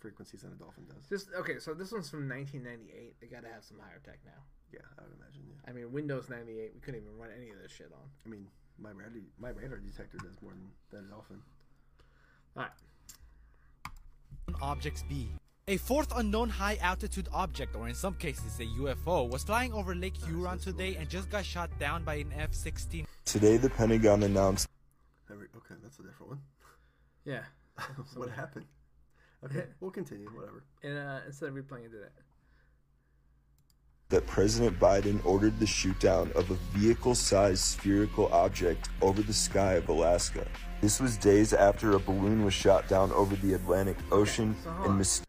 B: frequencies than a dolphin does.
A: Just okay. So this one's from 1998. They got to have some higher tech now.
B: Yeah, I would imagine. Yeah.
A: I mean, Windows 98. We couldn't even run any of this shit on.
B: I mean, my radar, my radar detector does more than, than a dolphin.
A: All right.
E: Objects B. A fourth unknown high altitude object, or in some cases a UFO, was flying over Lake Huron today and just got shot down by an F 16
F: Today, the Pentagon announced
B: Every, okay, that's a different one.
A: Yeah.
B: what happened? Okay, we'll continue. Whatever.
A: And uh, instead of replaying, it, did that.
F: that President Biden ordered the shootdown of a vehicle sized spherical object over the sky of Alaska. This was days after a balloon was shot down over the Atlantic Ocean
A: so hold on.
F: and mis-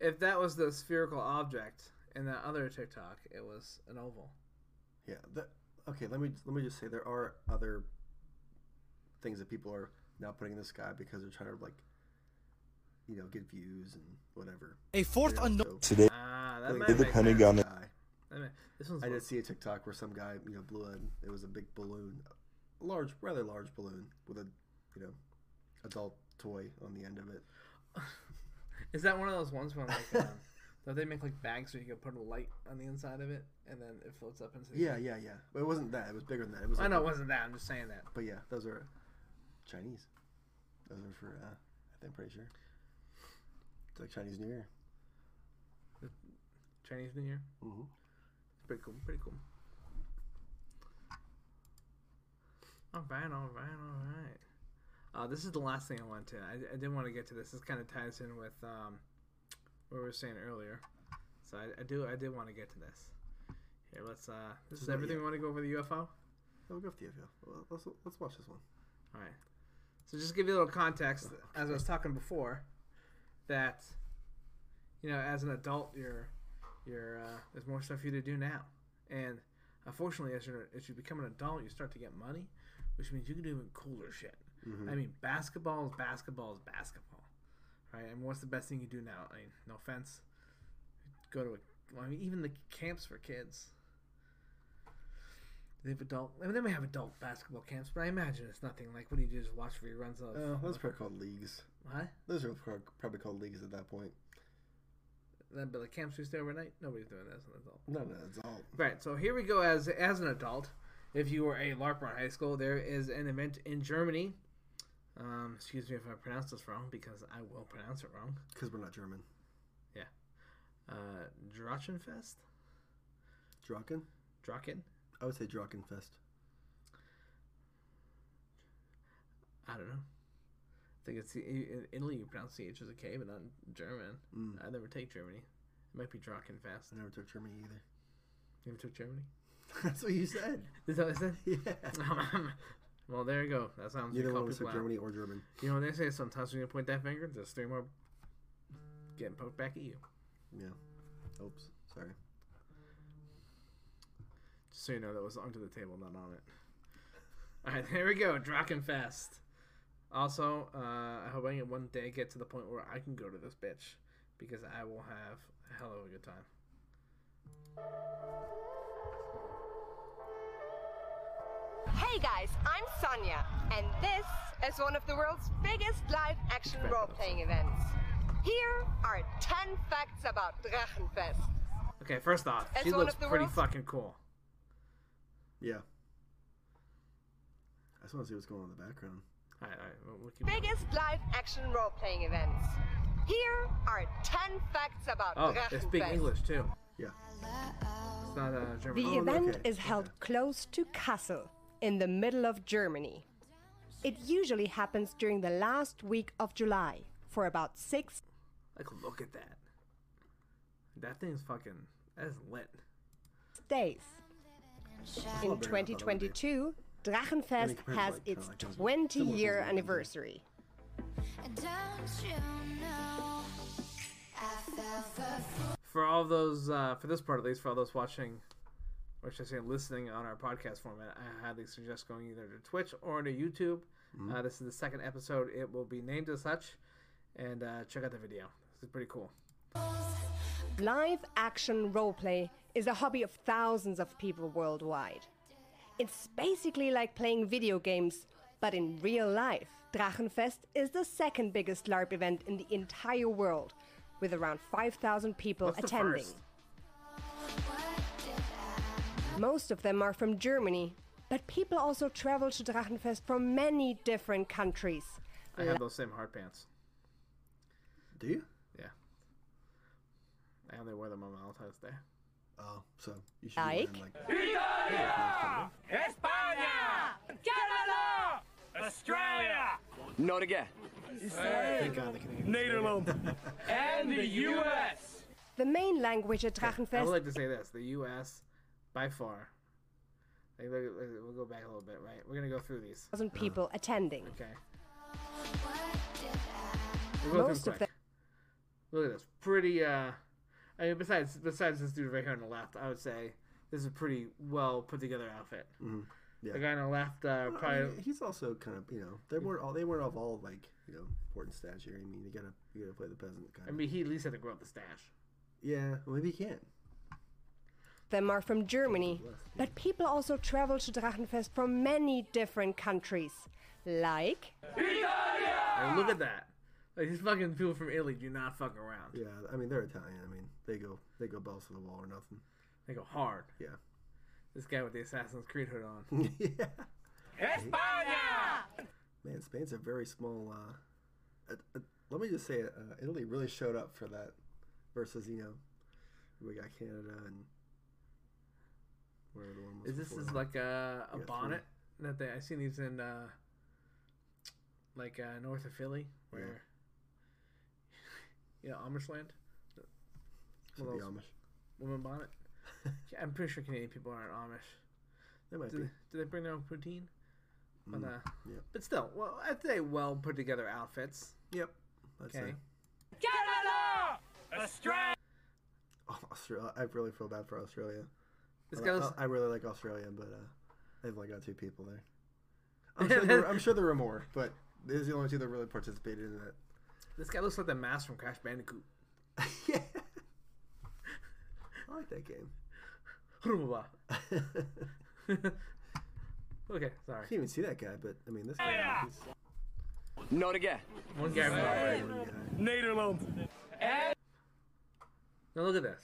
A: If that was the spherical object in that other TikTok, it was an oval.
B: Yeah. That, okay. Let me let me just say there are other things that people are now putting in the sky because they're trying to like, you know, get views and whatever.
E: A fourth
B: They're
E: unknown
B: also
F: today.
A: Ah, that
B: Like,
A: might
B: did
F: the
A: make sense.
F: Pentagon
B: sky.
A: That ma- this one's.
B: I did see a TikTok where some guy, you know, blew a. It was a big balloon, a large, rather large balloon with a, you know, adult toy on the end of it.
A: Is that one of those ones when like um, don't they make like bags where you can put a light on the inside of it and then it floats up into the
B: Yeah, yeah, yeah. But it wasn't that. It was bigger than that. It was.
A: I
B: like
A: know
B: a-
A: it wasn't that. I'm just saying that.
B: But yeah, those are Chinese. Those are for. Uh, I think I'm pretty sure. It's like Chinese New Year.
A: Chinese New Year.
B: Mm-hmm.
A: It's pretty cool. Pretty cool. All right, all right, all right. Uh, this is the last thing I want to. I, I didn't want to get to this. This kind of ties in with um, what we were saying earlier. So I, I do. I did want to get to this. Here, let's. Uh, this is
B: not
A: everything
B: yet.
A: we want to go over the UFO.
B: I'll go with the FL. Well, Let's let's watch this one.
A: All right. So just to give you a little context, as I was talking before, that you know, as an adult, you're you're uh, there's more stuff you to do now, and unfortunately, as you are as you become an adult, you start to get money, which means you can do even cooler shit. I mean, basketball is basketball is basketball, right? And what's the best thing you do now? I mean, no offense, go to a, well, I mean, even the camps for kids. They have adult. I mean, they may have adult basketball camps, but I imagine it's nothing like what do you do? Just watch reruns of
B: Uh, those are probably called leagues.
A: what?
B: Those are prob- probably called leagues at that point.
A: Then, but the camps we stay overnight. Nobody's doing that as an adult.
B: No, no, it's all.
A: Right. So here we go. As as an adult, if you were a LARPer in high school, there is an event in Germany. Um, excuse me if I pronounce this wrong because I will pronounce it wrong.
B: Because we're not German.
A: Uh, Drachenfest,
B: Draken?
A: Draken.
B: I would say Drakenfest.
A: I don't know. I think it's in Italy. You pronounce the H as a K, but not in German. I never take Germany. It might be Drachenfest.
B: I never took Germany either.
A: You ever took Germany?
B: That's what you said.
A: Is that what I said?
B: Yeah.
A: well, there you go. That sounds
B: Neither
A: you
B: one
A: call
B: was for
A: people out.
B: Germany or German.
A: You know what they say? Sometimes when you point that finger, there's three more getting poked back at you.
B: Yeah. Oops. Sorry.
A: Just so you know, that was under the table, not on it. All right, there we go. Drakenfest. Also, uh, I hope I can one day get to the point where I can go to this bitch because I will have a hell of a good time.
G: Hey guys, I'm Sonia, and this is one of the world's biggest live action role playing events. Here are 10 facts about Drachenfest.
A: Okay, first off,
G: As
A: she
G: one
A: looks
G: of the
A: pretty
G: world's-
A: fucking cool.
B: Yeah. I just want to see what's going on in the background.
A: All right, all right, we'll- we'll keep going.
G: Biggest live action role playing events. Here are 10 facts about
A: Oh, they speak
G: Drachenfest.
A: English too.
B: Yeah.
A: It's not uh, German.
G: The
B: Oh,
G: event
B: okay,
G: is held close to Kassel, in the middle of Germany. It usually happens during the last week of July for about six
A: Like, look at that. That thing's fucking. That is lit.
G: days. In
B: bring it up,
G: 2022, Drachenfest
B: compared to,
G: has
B: like, kinda
G: its
B: like those-
G: 20
B: similar
G: year
B: things we can do.
G: anniversary.
A: For all those, uh, for this part at least, for all those watching, or should I say listening on our podcast format, I highly suggest going either to Twitch or to YouTube.
G: Mm-hmm.
A: Uh, this is the second episode. It will be named as such. And uh, check out the video. This is pretty cool.
G: Live action roleplay is a hobby of thousands of people worldwide. It's basically like playing video games, but in real life. Drachenfest is the second biggest LARP event in the entire world, with around 5,000 people
A: What's the
G: attending.
A: first?
G: Most of them are from Germany, but people also travel to Drachenfest from many different countries.
A: I have those same hard pants.
B: Do you?
A: Yeah. I only wear them on Valentine's Day.
B: Oh, so you should be wearing,
G: Like?
B: like
H: Not again.
B: thank God the Canadians.
H: And the U.S.
G: The main language at
A: I
G: Drachenfest
A: would like to say this: the U.S. by far. Like, look- look- we'll go back a little bit, right? We're gonna go through these.
G: thousand people attending.
A: Okay. We'll go
G: Most
A: through
G: of
A: quick. Look at this. Pretty. uh I mean, besides besides this dude right here on the left, I would say this is a pretty well put together outfit.
B: Yeah.
A: The guy on the left, uh,
B: I
A: probably.
B: mean, he's also kind of you know they weren't all they weren't of all like you know important stature. I mean you gotta you gotta play the peasant kind
A: I
B: of.
A: mean, he at least had to grow up the stash.
B: Yeah, well, maybe he can.
G: them are from Germany, but people also travel to Drachenfest from many different countries, like
A: Like, look at that. Like these fucking people from Italy do not fuck around.
B: Yeah, I mean they're Italian. I mean they go they go balls to the wall or nothing.
A: They go hard.
B: Yeah.
A: This guy with the Assassin's Creed hood on.
B: yeah. Man, Spain's a very small. Uh, uh, uh, let me just say, uh, Italy really showed up for that. Versus, you know, we got Canada and where the one was
A: Is this
B: before
A: is
B: that.
A: like a, a
B: Yeah,
A: bonnet that they I seen these in uh like uh north of Philly where yeah, Amish land.
B: Should
A: one
B: be
A: of those-
B: Amish.
A: Woman bonnet. Yeah, I'm pretty sure Canadian people aren't Amish.
B: They might
A: Do
B: be. Mm.
A: they, do they bring their own poutine? But uh
B: yeah.
A: but still, well I'd say well put together outfits.
B: Yep. That's
A: Okay.
B: it. Oh, Australia. I really feel bad for Australia.
A: This
B: I,
A: guy looks
B: Uh, I, I really like Australia, but uh, they've only got two people there. I'm sure, there were, I'm sure there were more, but these are the only two that really participated in that.
A: this guy looks like the mask from Crash Bandicoot.
B: yeah. I like that game.
A: okay,
B: I
A: sorry.
B: didn't even see that guy, but I mean, this guy. he's-
H: Not again.
A: One guy from
B: he's a little guy.
A: Now look at this.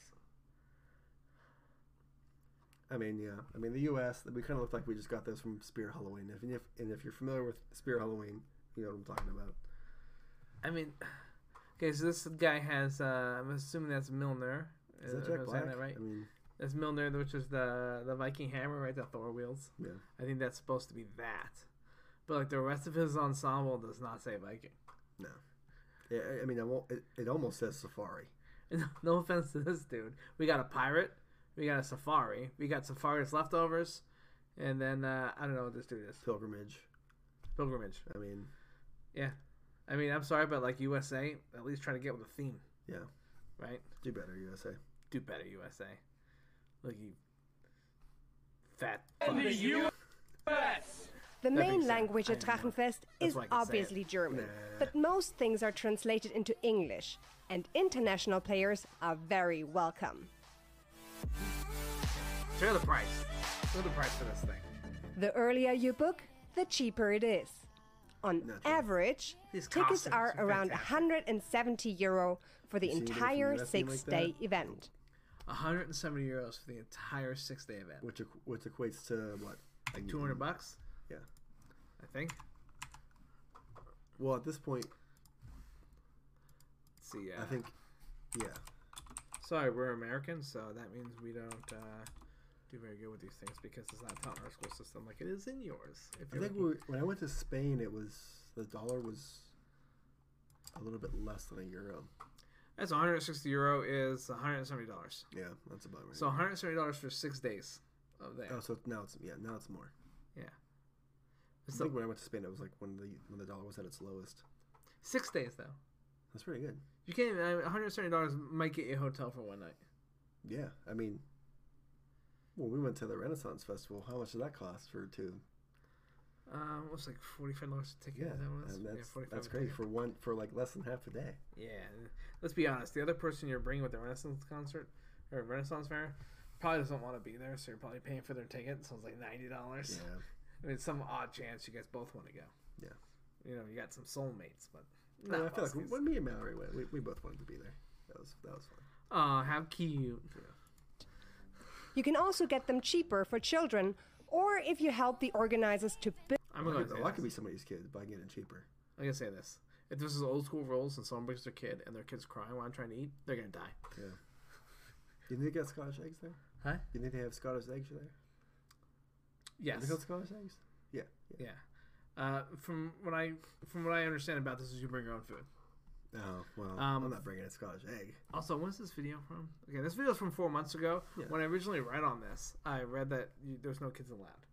B: I mean, yeah. I mean, the U.S. We kind of look like we just got those from Spear Halloween. If and if and if you're familiar with Spear Halloween, you know what I'm talking about.
A: I mean, okay, so this guy has. Uh, I'm assuming that's Milner.
B: Is that
A: if
B: Jack
A: I'm
B: Black?
A: saying that right?
B: Uh, I mean,
A: that's Milner, which is the the Viking hammer, right? The Thor wheels.
B: yeah.
A: I think that's supposed to be that, but like the rest of his ensemble does not say Viking.
B: No. Yeah, I- I mean, I won't, it, it almost says Safari.
A: no offense to this dude. We got a pirate. We We got a safari. We got safari's leftovers, and then uh, I don't know what this dude is.
B: pilgrimage.
A: Pilgrimage.
B: I mean,
A: Yeah. I mean, I'm sorry, but like USA, at least try to get with a theme,
B: yeah,
A: right?
B: do better, USA.
A: Do better, USA. Look, you fat.
H: And the
A: fuck.
H: U.S.
G: The main
A: so.
G: language at
A: I know.
G: Drachenfest
A: That's
G: is
A: why I can say it.
G: obviously German, but most things are translated into English, and international players are very welcome.
A: Share the price. Share the price for this thing.
G: The earlier you book, the cheaper it is. On average,
A: These
G: tickets
A: costumes
G: are
A: are
G: around
A: fantastic.
G: 170 euro for the
B: anything from
G: entire
B: Europe being like
G: six day
B: that?
G: event.
A: 170 euros for the entire six day event.
B: Which equ- which equates to what?
A: Like 200 bucks,
B: Yeah.
A: I think.
B: Well, at this point,
A: Let's see, uh,
B: I think, yeah,
A: Sorry, we're American, so that means we don't uh, do very good with these things because it's not taught in our school system like it is in yours. If
B: I
A: you're
B: think
A: looking-
B: we, when I went to Spain, it was the dollar was a little bit less than a euro.
A: that's 160 euro is 170 dollars.
B: Yeah, that's about right.
A: So 170 dollars for six days of there.
B: oh, so now it's yeah, now it's more.
A: Yeah,
B: I think when I went to Spain, it was like when the when the dollar was at its lowest.
A: six days though.
B: That's pretty good.
A: You can't. even- I mean, 170 dollars might get you a hotel for one night.
B: Yeah, I mean, when we went to the Renaissance Festival, how much did that cost for two?
A: Um, it was like 45 dollars a ticket.
B: Yeah,
A: is that what it is?
B: and that's
A: 45
B: that's
A: a
B: crazy
A: ticket.
B: for one for like less than half a day.
A: Yeah, let's be honest. The other person you're bringing with the Renaissance concert or Renaissance fair probably doesn't want to be there, so you're probably paying for their ticket. So it's like ninety dollars.
B: Yeah,
A: I mean, some odd chance you guys both want to go.
B: yeah.
A: You know, you got some soulmates, but
B: I, mean,
A: not
B: I feel like
A: Buskies.
B: when me and Mallory went, we, we both wanted to be there. That was that was fun.
A: Aw, how cute!
G: You can also get them cheaper for children, or if you help the organizers to build.
A: I'm gonna
B: Well,
A: say
B: I could
A: this.
B: be somebody's kid by getting it cheaper.
A: I'm gonna say this. If this is old school rules and someone brings their kid and their kid's crying while I'm trying to eat, they're gonna die.
B: Yeah. Do you think they got Scottish eggs there?
A: Huh?
B: Do you think they have Scottish eggs there? Are they
A: Yes.
B: called Scottish eggs? Yeah.
A: Yeah. Uh, from what I from what I understand about this is you bring your own food.
B: yeah. Oh well,
A: Um,
B: I'm not bringing a Scottish egg.
A: Also, when's this video from? Okay, this video is from four months ago. When I originally read on this, I read that you, there's no kids allowed.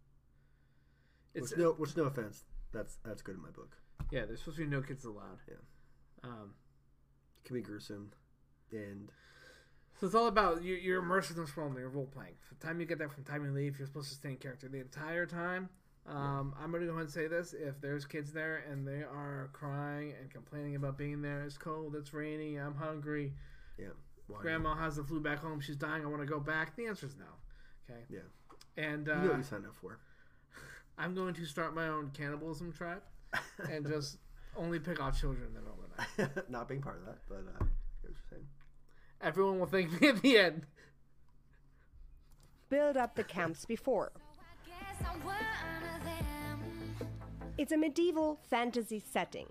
A: It's
B: Which no, which no offense, that's that's good in my book.
A: yeah, there's supposed to be no kids allowed.
B: Yeah.
A: Um,
B: It can be gruesome, and
A: so it's all about you, your immersion in this world and your role playing. From the time you get there, from the time you leave, you're supposed to stay in character the entire time. Um, I'm gonna go ahead and say this: if there's kids there and they are crying and complaining about being there, it's cold, it's rainy, I'm hungry,
B: Oh, yeah, why-
A: grandma has the flu back home, she's dying, I want to go back. The answer is no. Okay.
B: Yeah,
A: And uh,
B: you know what you signed up for.
A: I'm going to start my own cannibalism tribe and just only pick off children that don't want
B: not being part of that, but uh, I get what you're saying.
A: Everyone will thank me at the end.
G: build up the camps before. It's a medieval fantasy setting,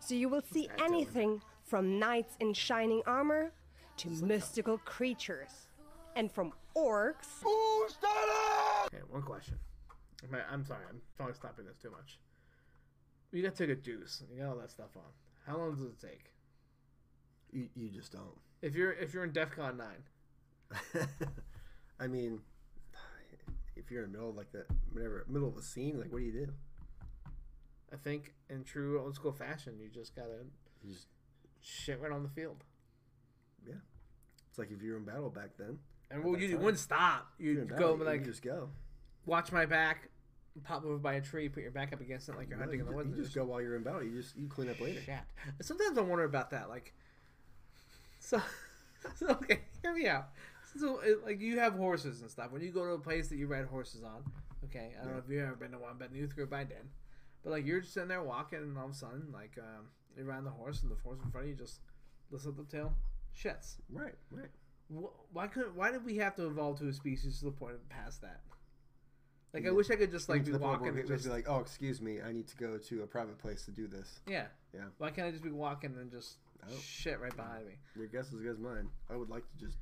G: so you will see anything from knights in shining armor to mystical creatures, and from orcs
A: Okay, one question. Am I- I'm sorry, I'm probably stopping this too much. You gotta take a deuce. You got all that stuff on. How long does it take?
B: You you just don't.
A: If you're if you're in DEFCON nine,
B: I mean, if you're in the middle of like that, whenever middle of a scene, like what do you do?
A: I think in true old school fashion, you just gotta
B: You just
A: shit right on the field.
B: yeah. It's like if you were in battle back then.
A: And well, you wouldn't stop.
B: You're in
A: You'd
B: battle,
A: go
B: you
A: like
B: you just go.
A: watch my back, pop over by a tree, put your back up against it like you're
B: No,
A: hunting in
B: you
A: the
B: ju-
A: woods.
B: You
A: and
B: just go while you're in battle. You just you clean up later.
A: Chat. Sometimes I wonder about that. Like, so, so okay, hear me out. So, it, like, you have horses and stuff. When you go to a place that you ride horses on, okay, I don't know if you've ever been to one, but in youth group I did. But like, you're just sitting there walking, and all of a sudden, like, um, you're riding the horse, and the horse in front of you just lifts up the tail, shits.
B: Right, right.
A: Wh- Why couldn't? Why did we have to evolve to a species to the point of past that? Like, I wish I could just like
B: To
A: be
B: the point
A: walking
B: where
A: and
B: it's
A: just
B: like, oh, excuse me, I need to go to a private place to do this.
A: yeah.
B: Yeah.
A: Why can't I just be walking and just shit right behind me?
B: Your guess is as good as mine. I would like to just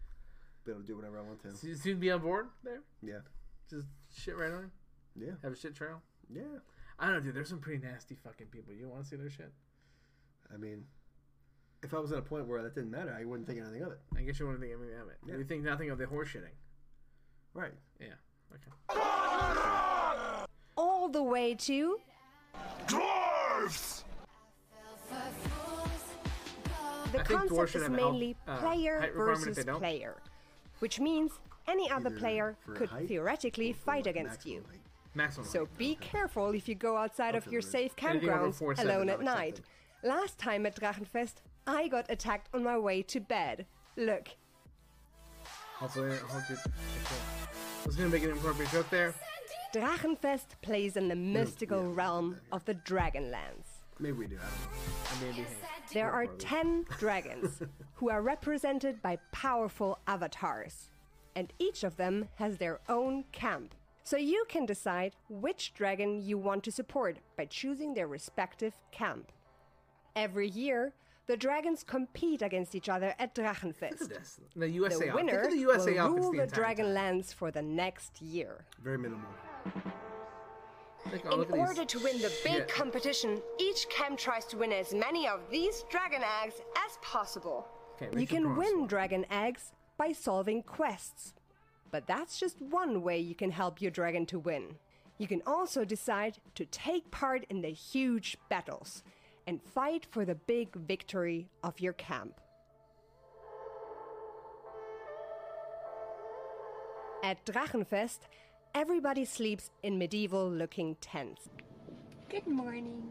B: be able to do whatever I want to.
A: So you seem to be on board there?
B: Yeah,
A: Just shit right on?
B: yeah,
A: Have a shit trail?
B: yeah.
A: I don't know, dude. There's some pretty nasty fucking people. You want to see their shit?
B: I mean, if I was at a point where that didn't matter, I wouldn't think anything of it.
A: I guess you wouldn't think anything of it.
B: Yeah.
A: You think nothing of the horse shitting.
B: Right.
A: Yeah. Okay.
G: All the way to
F: Dwarfs!
G: the
A: I think dwarves
G: concept
A: should
G: is
A: have an al-
G: mainly
A: uh,
G: player
A: height requirement if
G: versus
A: they don't.
G: player, which means any other
B: Either
G: player
B: for
G: could
B: height
G: theoretically
B: or for,
G: fight
B: like,
G: against
B: maximum
G: you.
B: height.
A: Maximum.
G: So be careful if you go outside of
B: Okay,
G: your
B: right.
G: safe
A: Anything over
G: campgrounds
A: four seven,
G: alone
A: not
G: at night.
A: accepted.
G: Last time at Drachenfest, I got attacked on my way to bed. Look,
A: Hopefully, I hope it- I was gonna make an inappropriate joke there.
G: Drachenfest plays in the mystical realm of the Dragonlands.
B: Maybe we do. I don't know.
A: I may be hanged.
G: There are 10 dragons who are represented by powerful avatars, and each of them has their own camp. So you can decide which dragon you want to support by choosing their respective camp. Every year, the dragons compete against each other at Drachenfest.
A: Yes. The USA. outfit.
G: the
A: Think
G: winner
A: of the USA
G: will
A: outfits
G: rule the
A: the entire time.
G: Dragonlands for the next year.
B: Very minimal.
A: Think, oh,
G: In
A: look at these.
G: order to win the big
A: Shit.
G: competition, each camp tries to win as many of these dragon eggs as possible.
A: Okay,
G: you
A: Rachel
G: can
A: Brosnahan.
G: win dragon eggs by solving quests. But that's just one way you can help your dragon to win. You can also decide to take part in the huge battles and fight for the big victory of your camp. At Drachenfest, everybody sleeps in medieval looking tents.
I: Good morning.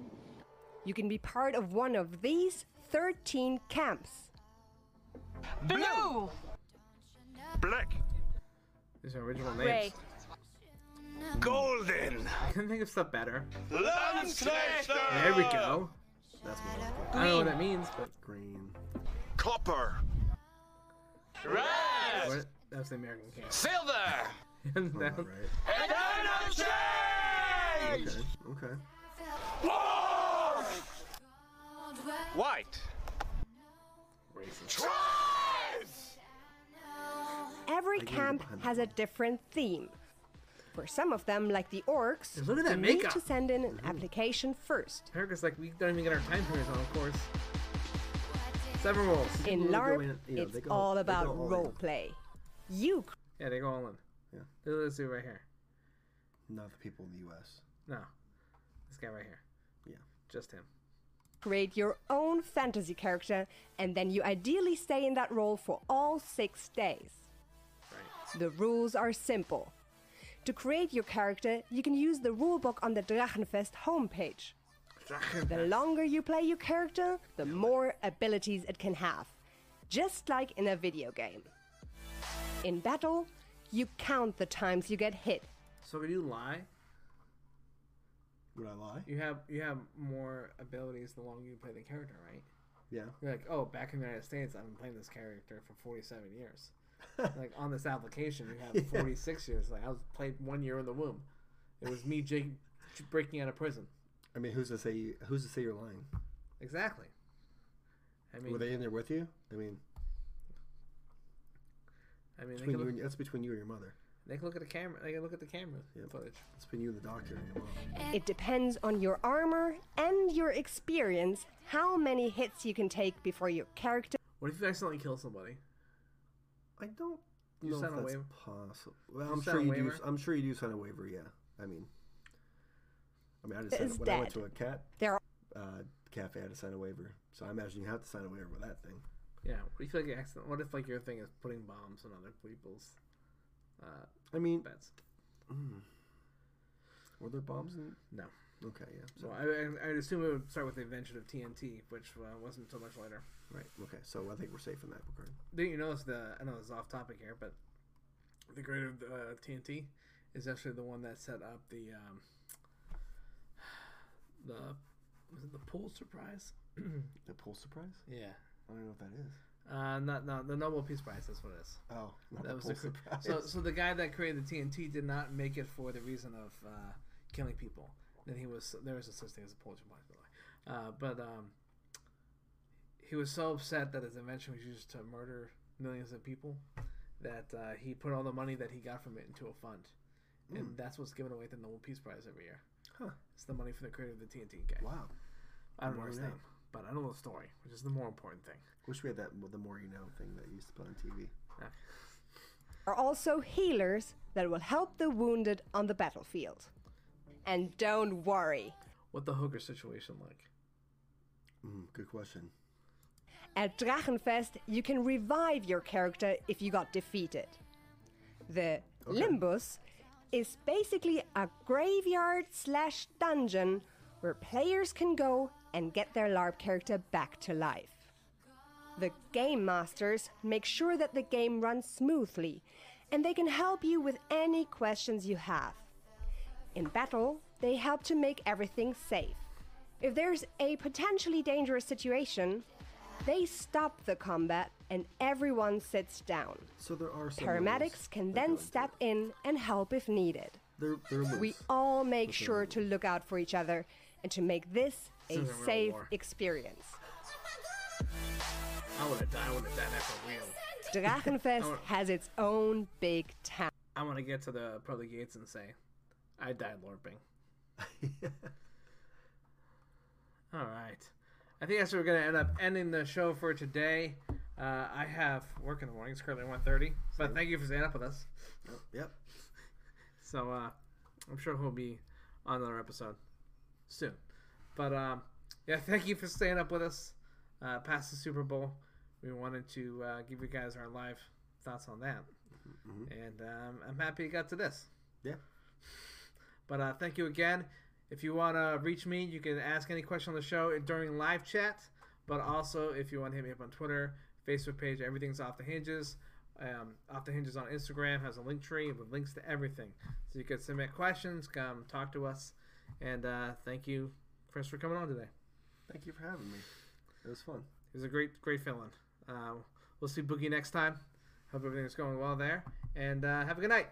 G: You can be part of one of these 13 camps.
I: Blue!
F: Black!
A: These are original names.
G: Ray.
F: Golden!
A: I can think of stuff better.
F: Landslayer!
A: There we go.
B: That's what
A: I don't know what that means, but
B: green.
F: Copper!
A: what? that was the American king.
F: Silver!
A: And that-
B: All right.
F: And energy!
B: Okay. Okay.
H: White.
G: Every
B: I can get
G: camp
B: behind
G: has a different theme. For some of them, like the orcs,
A: Look at that
G: you need
A: makeup.
G: to send in an application first.
A: America's like, we don't even get our time periods on, of course. Seven rolls.
G: In
B: People go
G: LARP,
B: in, you know,
G: it's
B: they go-
G: all
B: they go
G: about
B: all in.
G: roleplay. You
A: Yeah, they go all in.
B: Yeah.
A: Look at this dude right here.
B: Not the people in the U.S.
A: No. This guy right here.
B: Yeah.
A: Just him.
G: create your own fantasy character, and then you ideally stay in that role for all six days.
A: Right.
G: The rules are simple. To create your character, you can use the rulebook on the Drachenfest homepage. The longer you play your character, the more abilities it can have, just like in a video game. In battle, you count the times you get hit.
A: So could you lie?
B: Would I lie?
A: You have you have more abilities the longer you play the character, right?
B: Yeah.
A: You're like, oh, back in the United States, I've been playing this character for 47 years. like on this application, you have 46 years. Like I was played one year in the womb. It was me Jake breaking out of prison.
B: I mean, who's to say? You, who's to say you're lying?
A: Exactly. I mean,
B: Were they in there with you? I mean,
A: I mean, they
B: between
A: can,
B: you
A: look,
B: and, that's between you and your mother.
A: they can look at the camera. They can look at the camera footage.
B: It's between you and the doctor and your mom.
G: It depends on your armor and your experience how many hits you can take before your character
A: What if you accidentally kill somebody?
B: I don't
A: You
B: know if
A: sign a
B: that's
A: waiver?
B: possible. Well, I'm
A: sign
B: sure
A: a
B: you
A: waiver?
B: do. I'm sure you do sign a waiver. Yeah. I mean, I mean, I just signed,
G: It's
B: when I went
G: dead.
B: to a cat
G: There are
B: uh, cafe, I had to sign a waiver. So I imagine you have to sign a waiver with that thing.
A: Yeah. What if like you accident? What if like your thing is putting bombs on other people's uh,
B: I mean,
A: beds?
B: were there bombs in?
A: No.
B: Okay, yeah. So
A: So I, I- I'd assume it would start with the invention of TNT, which uh, wasn't until much later.
B: right, okay. So I think we're safe in that regard.
A: Didn't you notice the? I know this is off topic here, but the grade of uh, TNT is actually the one that set up the um, the was it the pool surprise?
B: The pool surprise?
A: Yeah.
B: I don't know what that is.
A: Uh, not not the Nobel Peace Prize. That's what it is.
B: Oh, not
A: That
B: the
A: was
B: pool
A: the,
B: surprise.
A: so so the guy that created the TNT did not make it for the reason of uh, killing people. Then he was there was a such thing as a Pulitzer Prize, by the way. Uh, but um, he was so upset that his invention was used to murder millions of people that uh, he put all the money that he got from it into a fund, and that's what's given away at the Nobel Peace Prize every year.
B: Hmm. Huh.
A: It's the money for the creator of the TNT guy.
B: Wow.
A: I don't know
B: Why
A: his
B: not?
A: name, but I know the story, which is the more important thing.
B: Wish we had that the more you know thing that you used to put on TV.
G: are also healers that will help the wounded on the battlefield. And don't worry,
A: What the hooker situation like?
B: Mm, good question.
G: At Drachenfest, you can revive your character if you got defeated. The Limbus is basically a graveyard slash dungeon where players can go and get their LARP character back to life. The game masters make sure that the game runs smoothly, and they can help you with any questions you have. In battle, they help to make everything safe. If there's a potentially dangerous situation, they stop the combat and everyone sits down.
B: So there are some rules
G: Paramedics can
B: that go
G: then
B: into
G: step
B: it.
G: in and help if needed.
B: They're, they're loose.
G: We all make
B: That's what
G: sure
B: I'm
G: to look out for each other and to make this a
A: This isn't real
G: safe
A: war.
G: experience.
A: I want to die. I want to die there for real.
G: Drachenfest
A: Alright.
G: has its own big town.
A: I want to get to the public gates and say, I died LARPing. All right. I think that's where we're going to end up ending the show for today. Uh, I have work in the morning. It's currently 1.30. But thank you for staying up with us.
B: Yep.
A: So uh, I'm sure he'll be on another episode soon. But um, yeah, thank you for staying up with us uh, past the Super Bowl. We wanted to uh, give you guys our live thoughts on that, and um, I'm happy it got to this.
B: Yeah.
A: But uh, thank you again. If you want to reach me, you can ask any question on the show during live chat. But also, if you want to hit me up on Twitter, Facebook page, everything's off the hinges. Um, off the hinges on Instagram has a link tree with links to everything, so you can submit questions, come talk to us, and uh, thank you, Chris, for coming on today.
B: Thank you for having me. It was fun.
A: It was a great, great feeling. Um, we'll see Boogie next time. Hope everything's going well there, and uh, have a good night.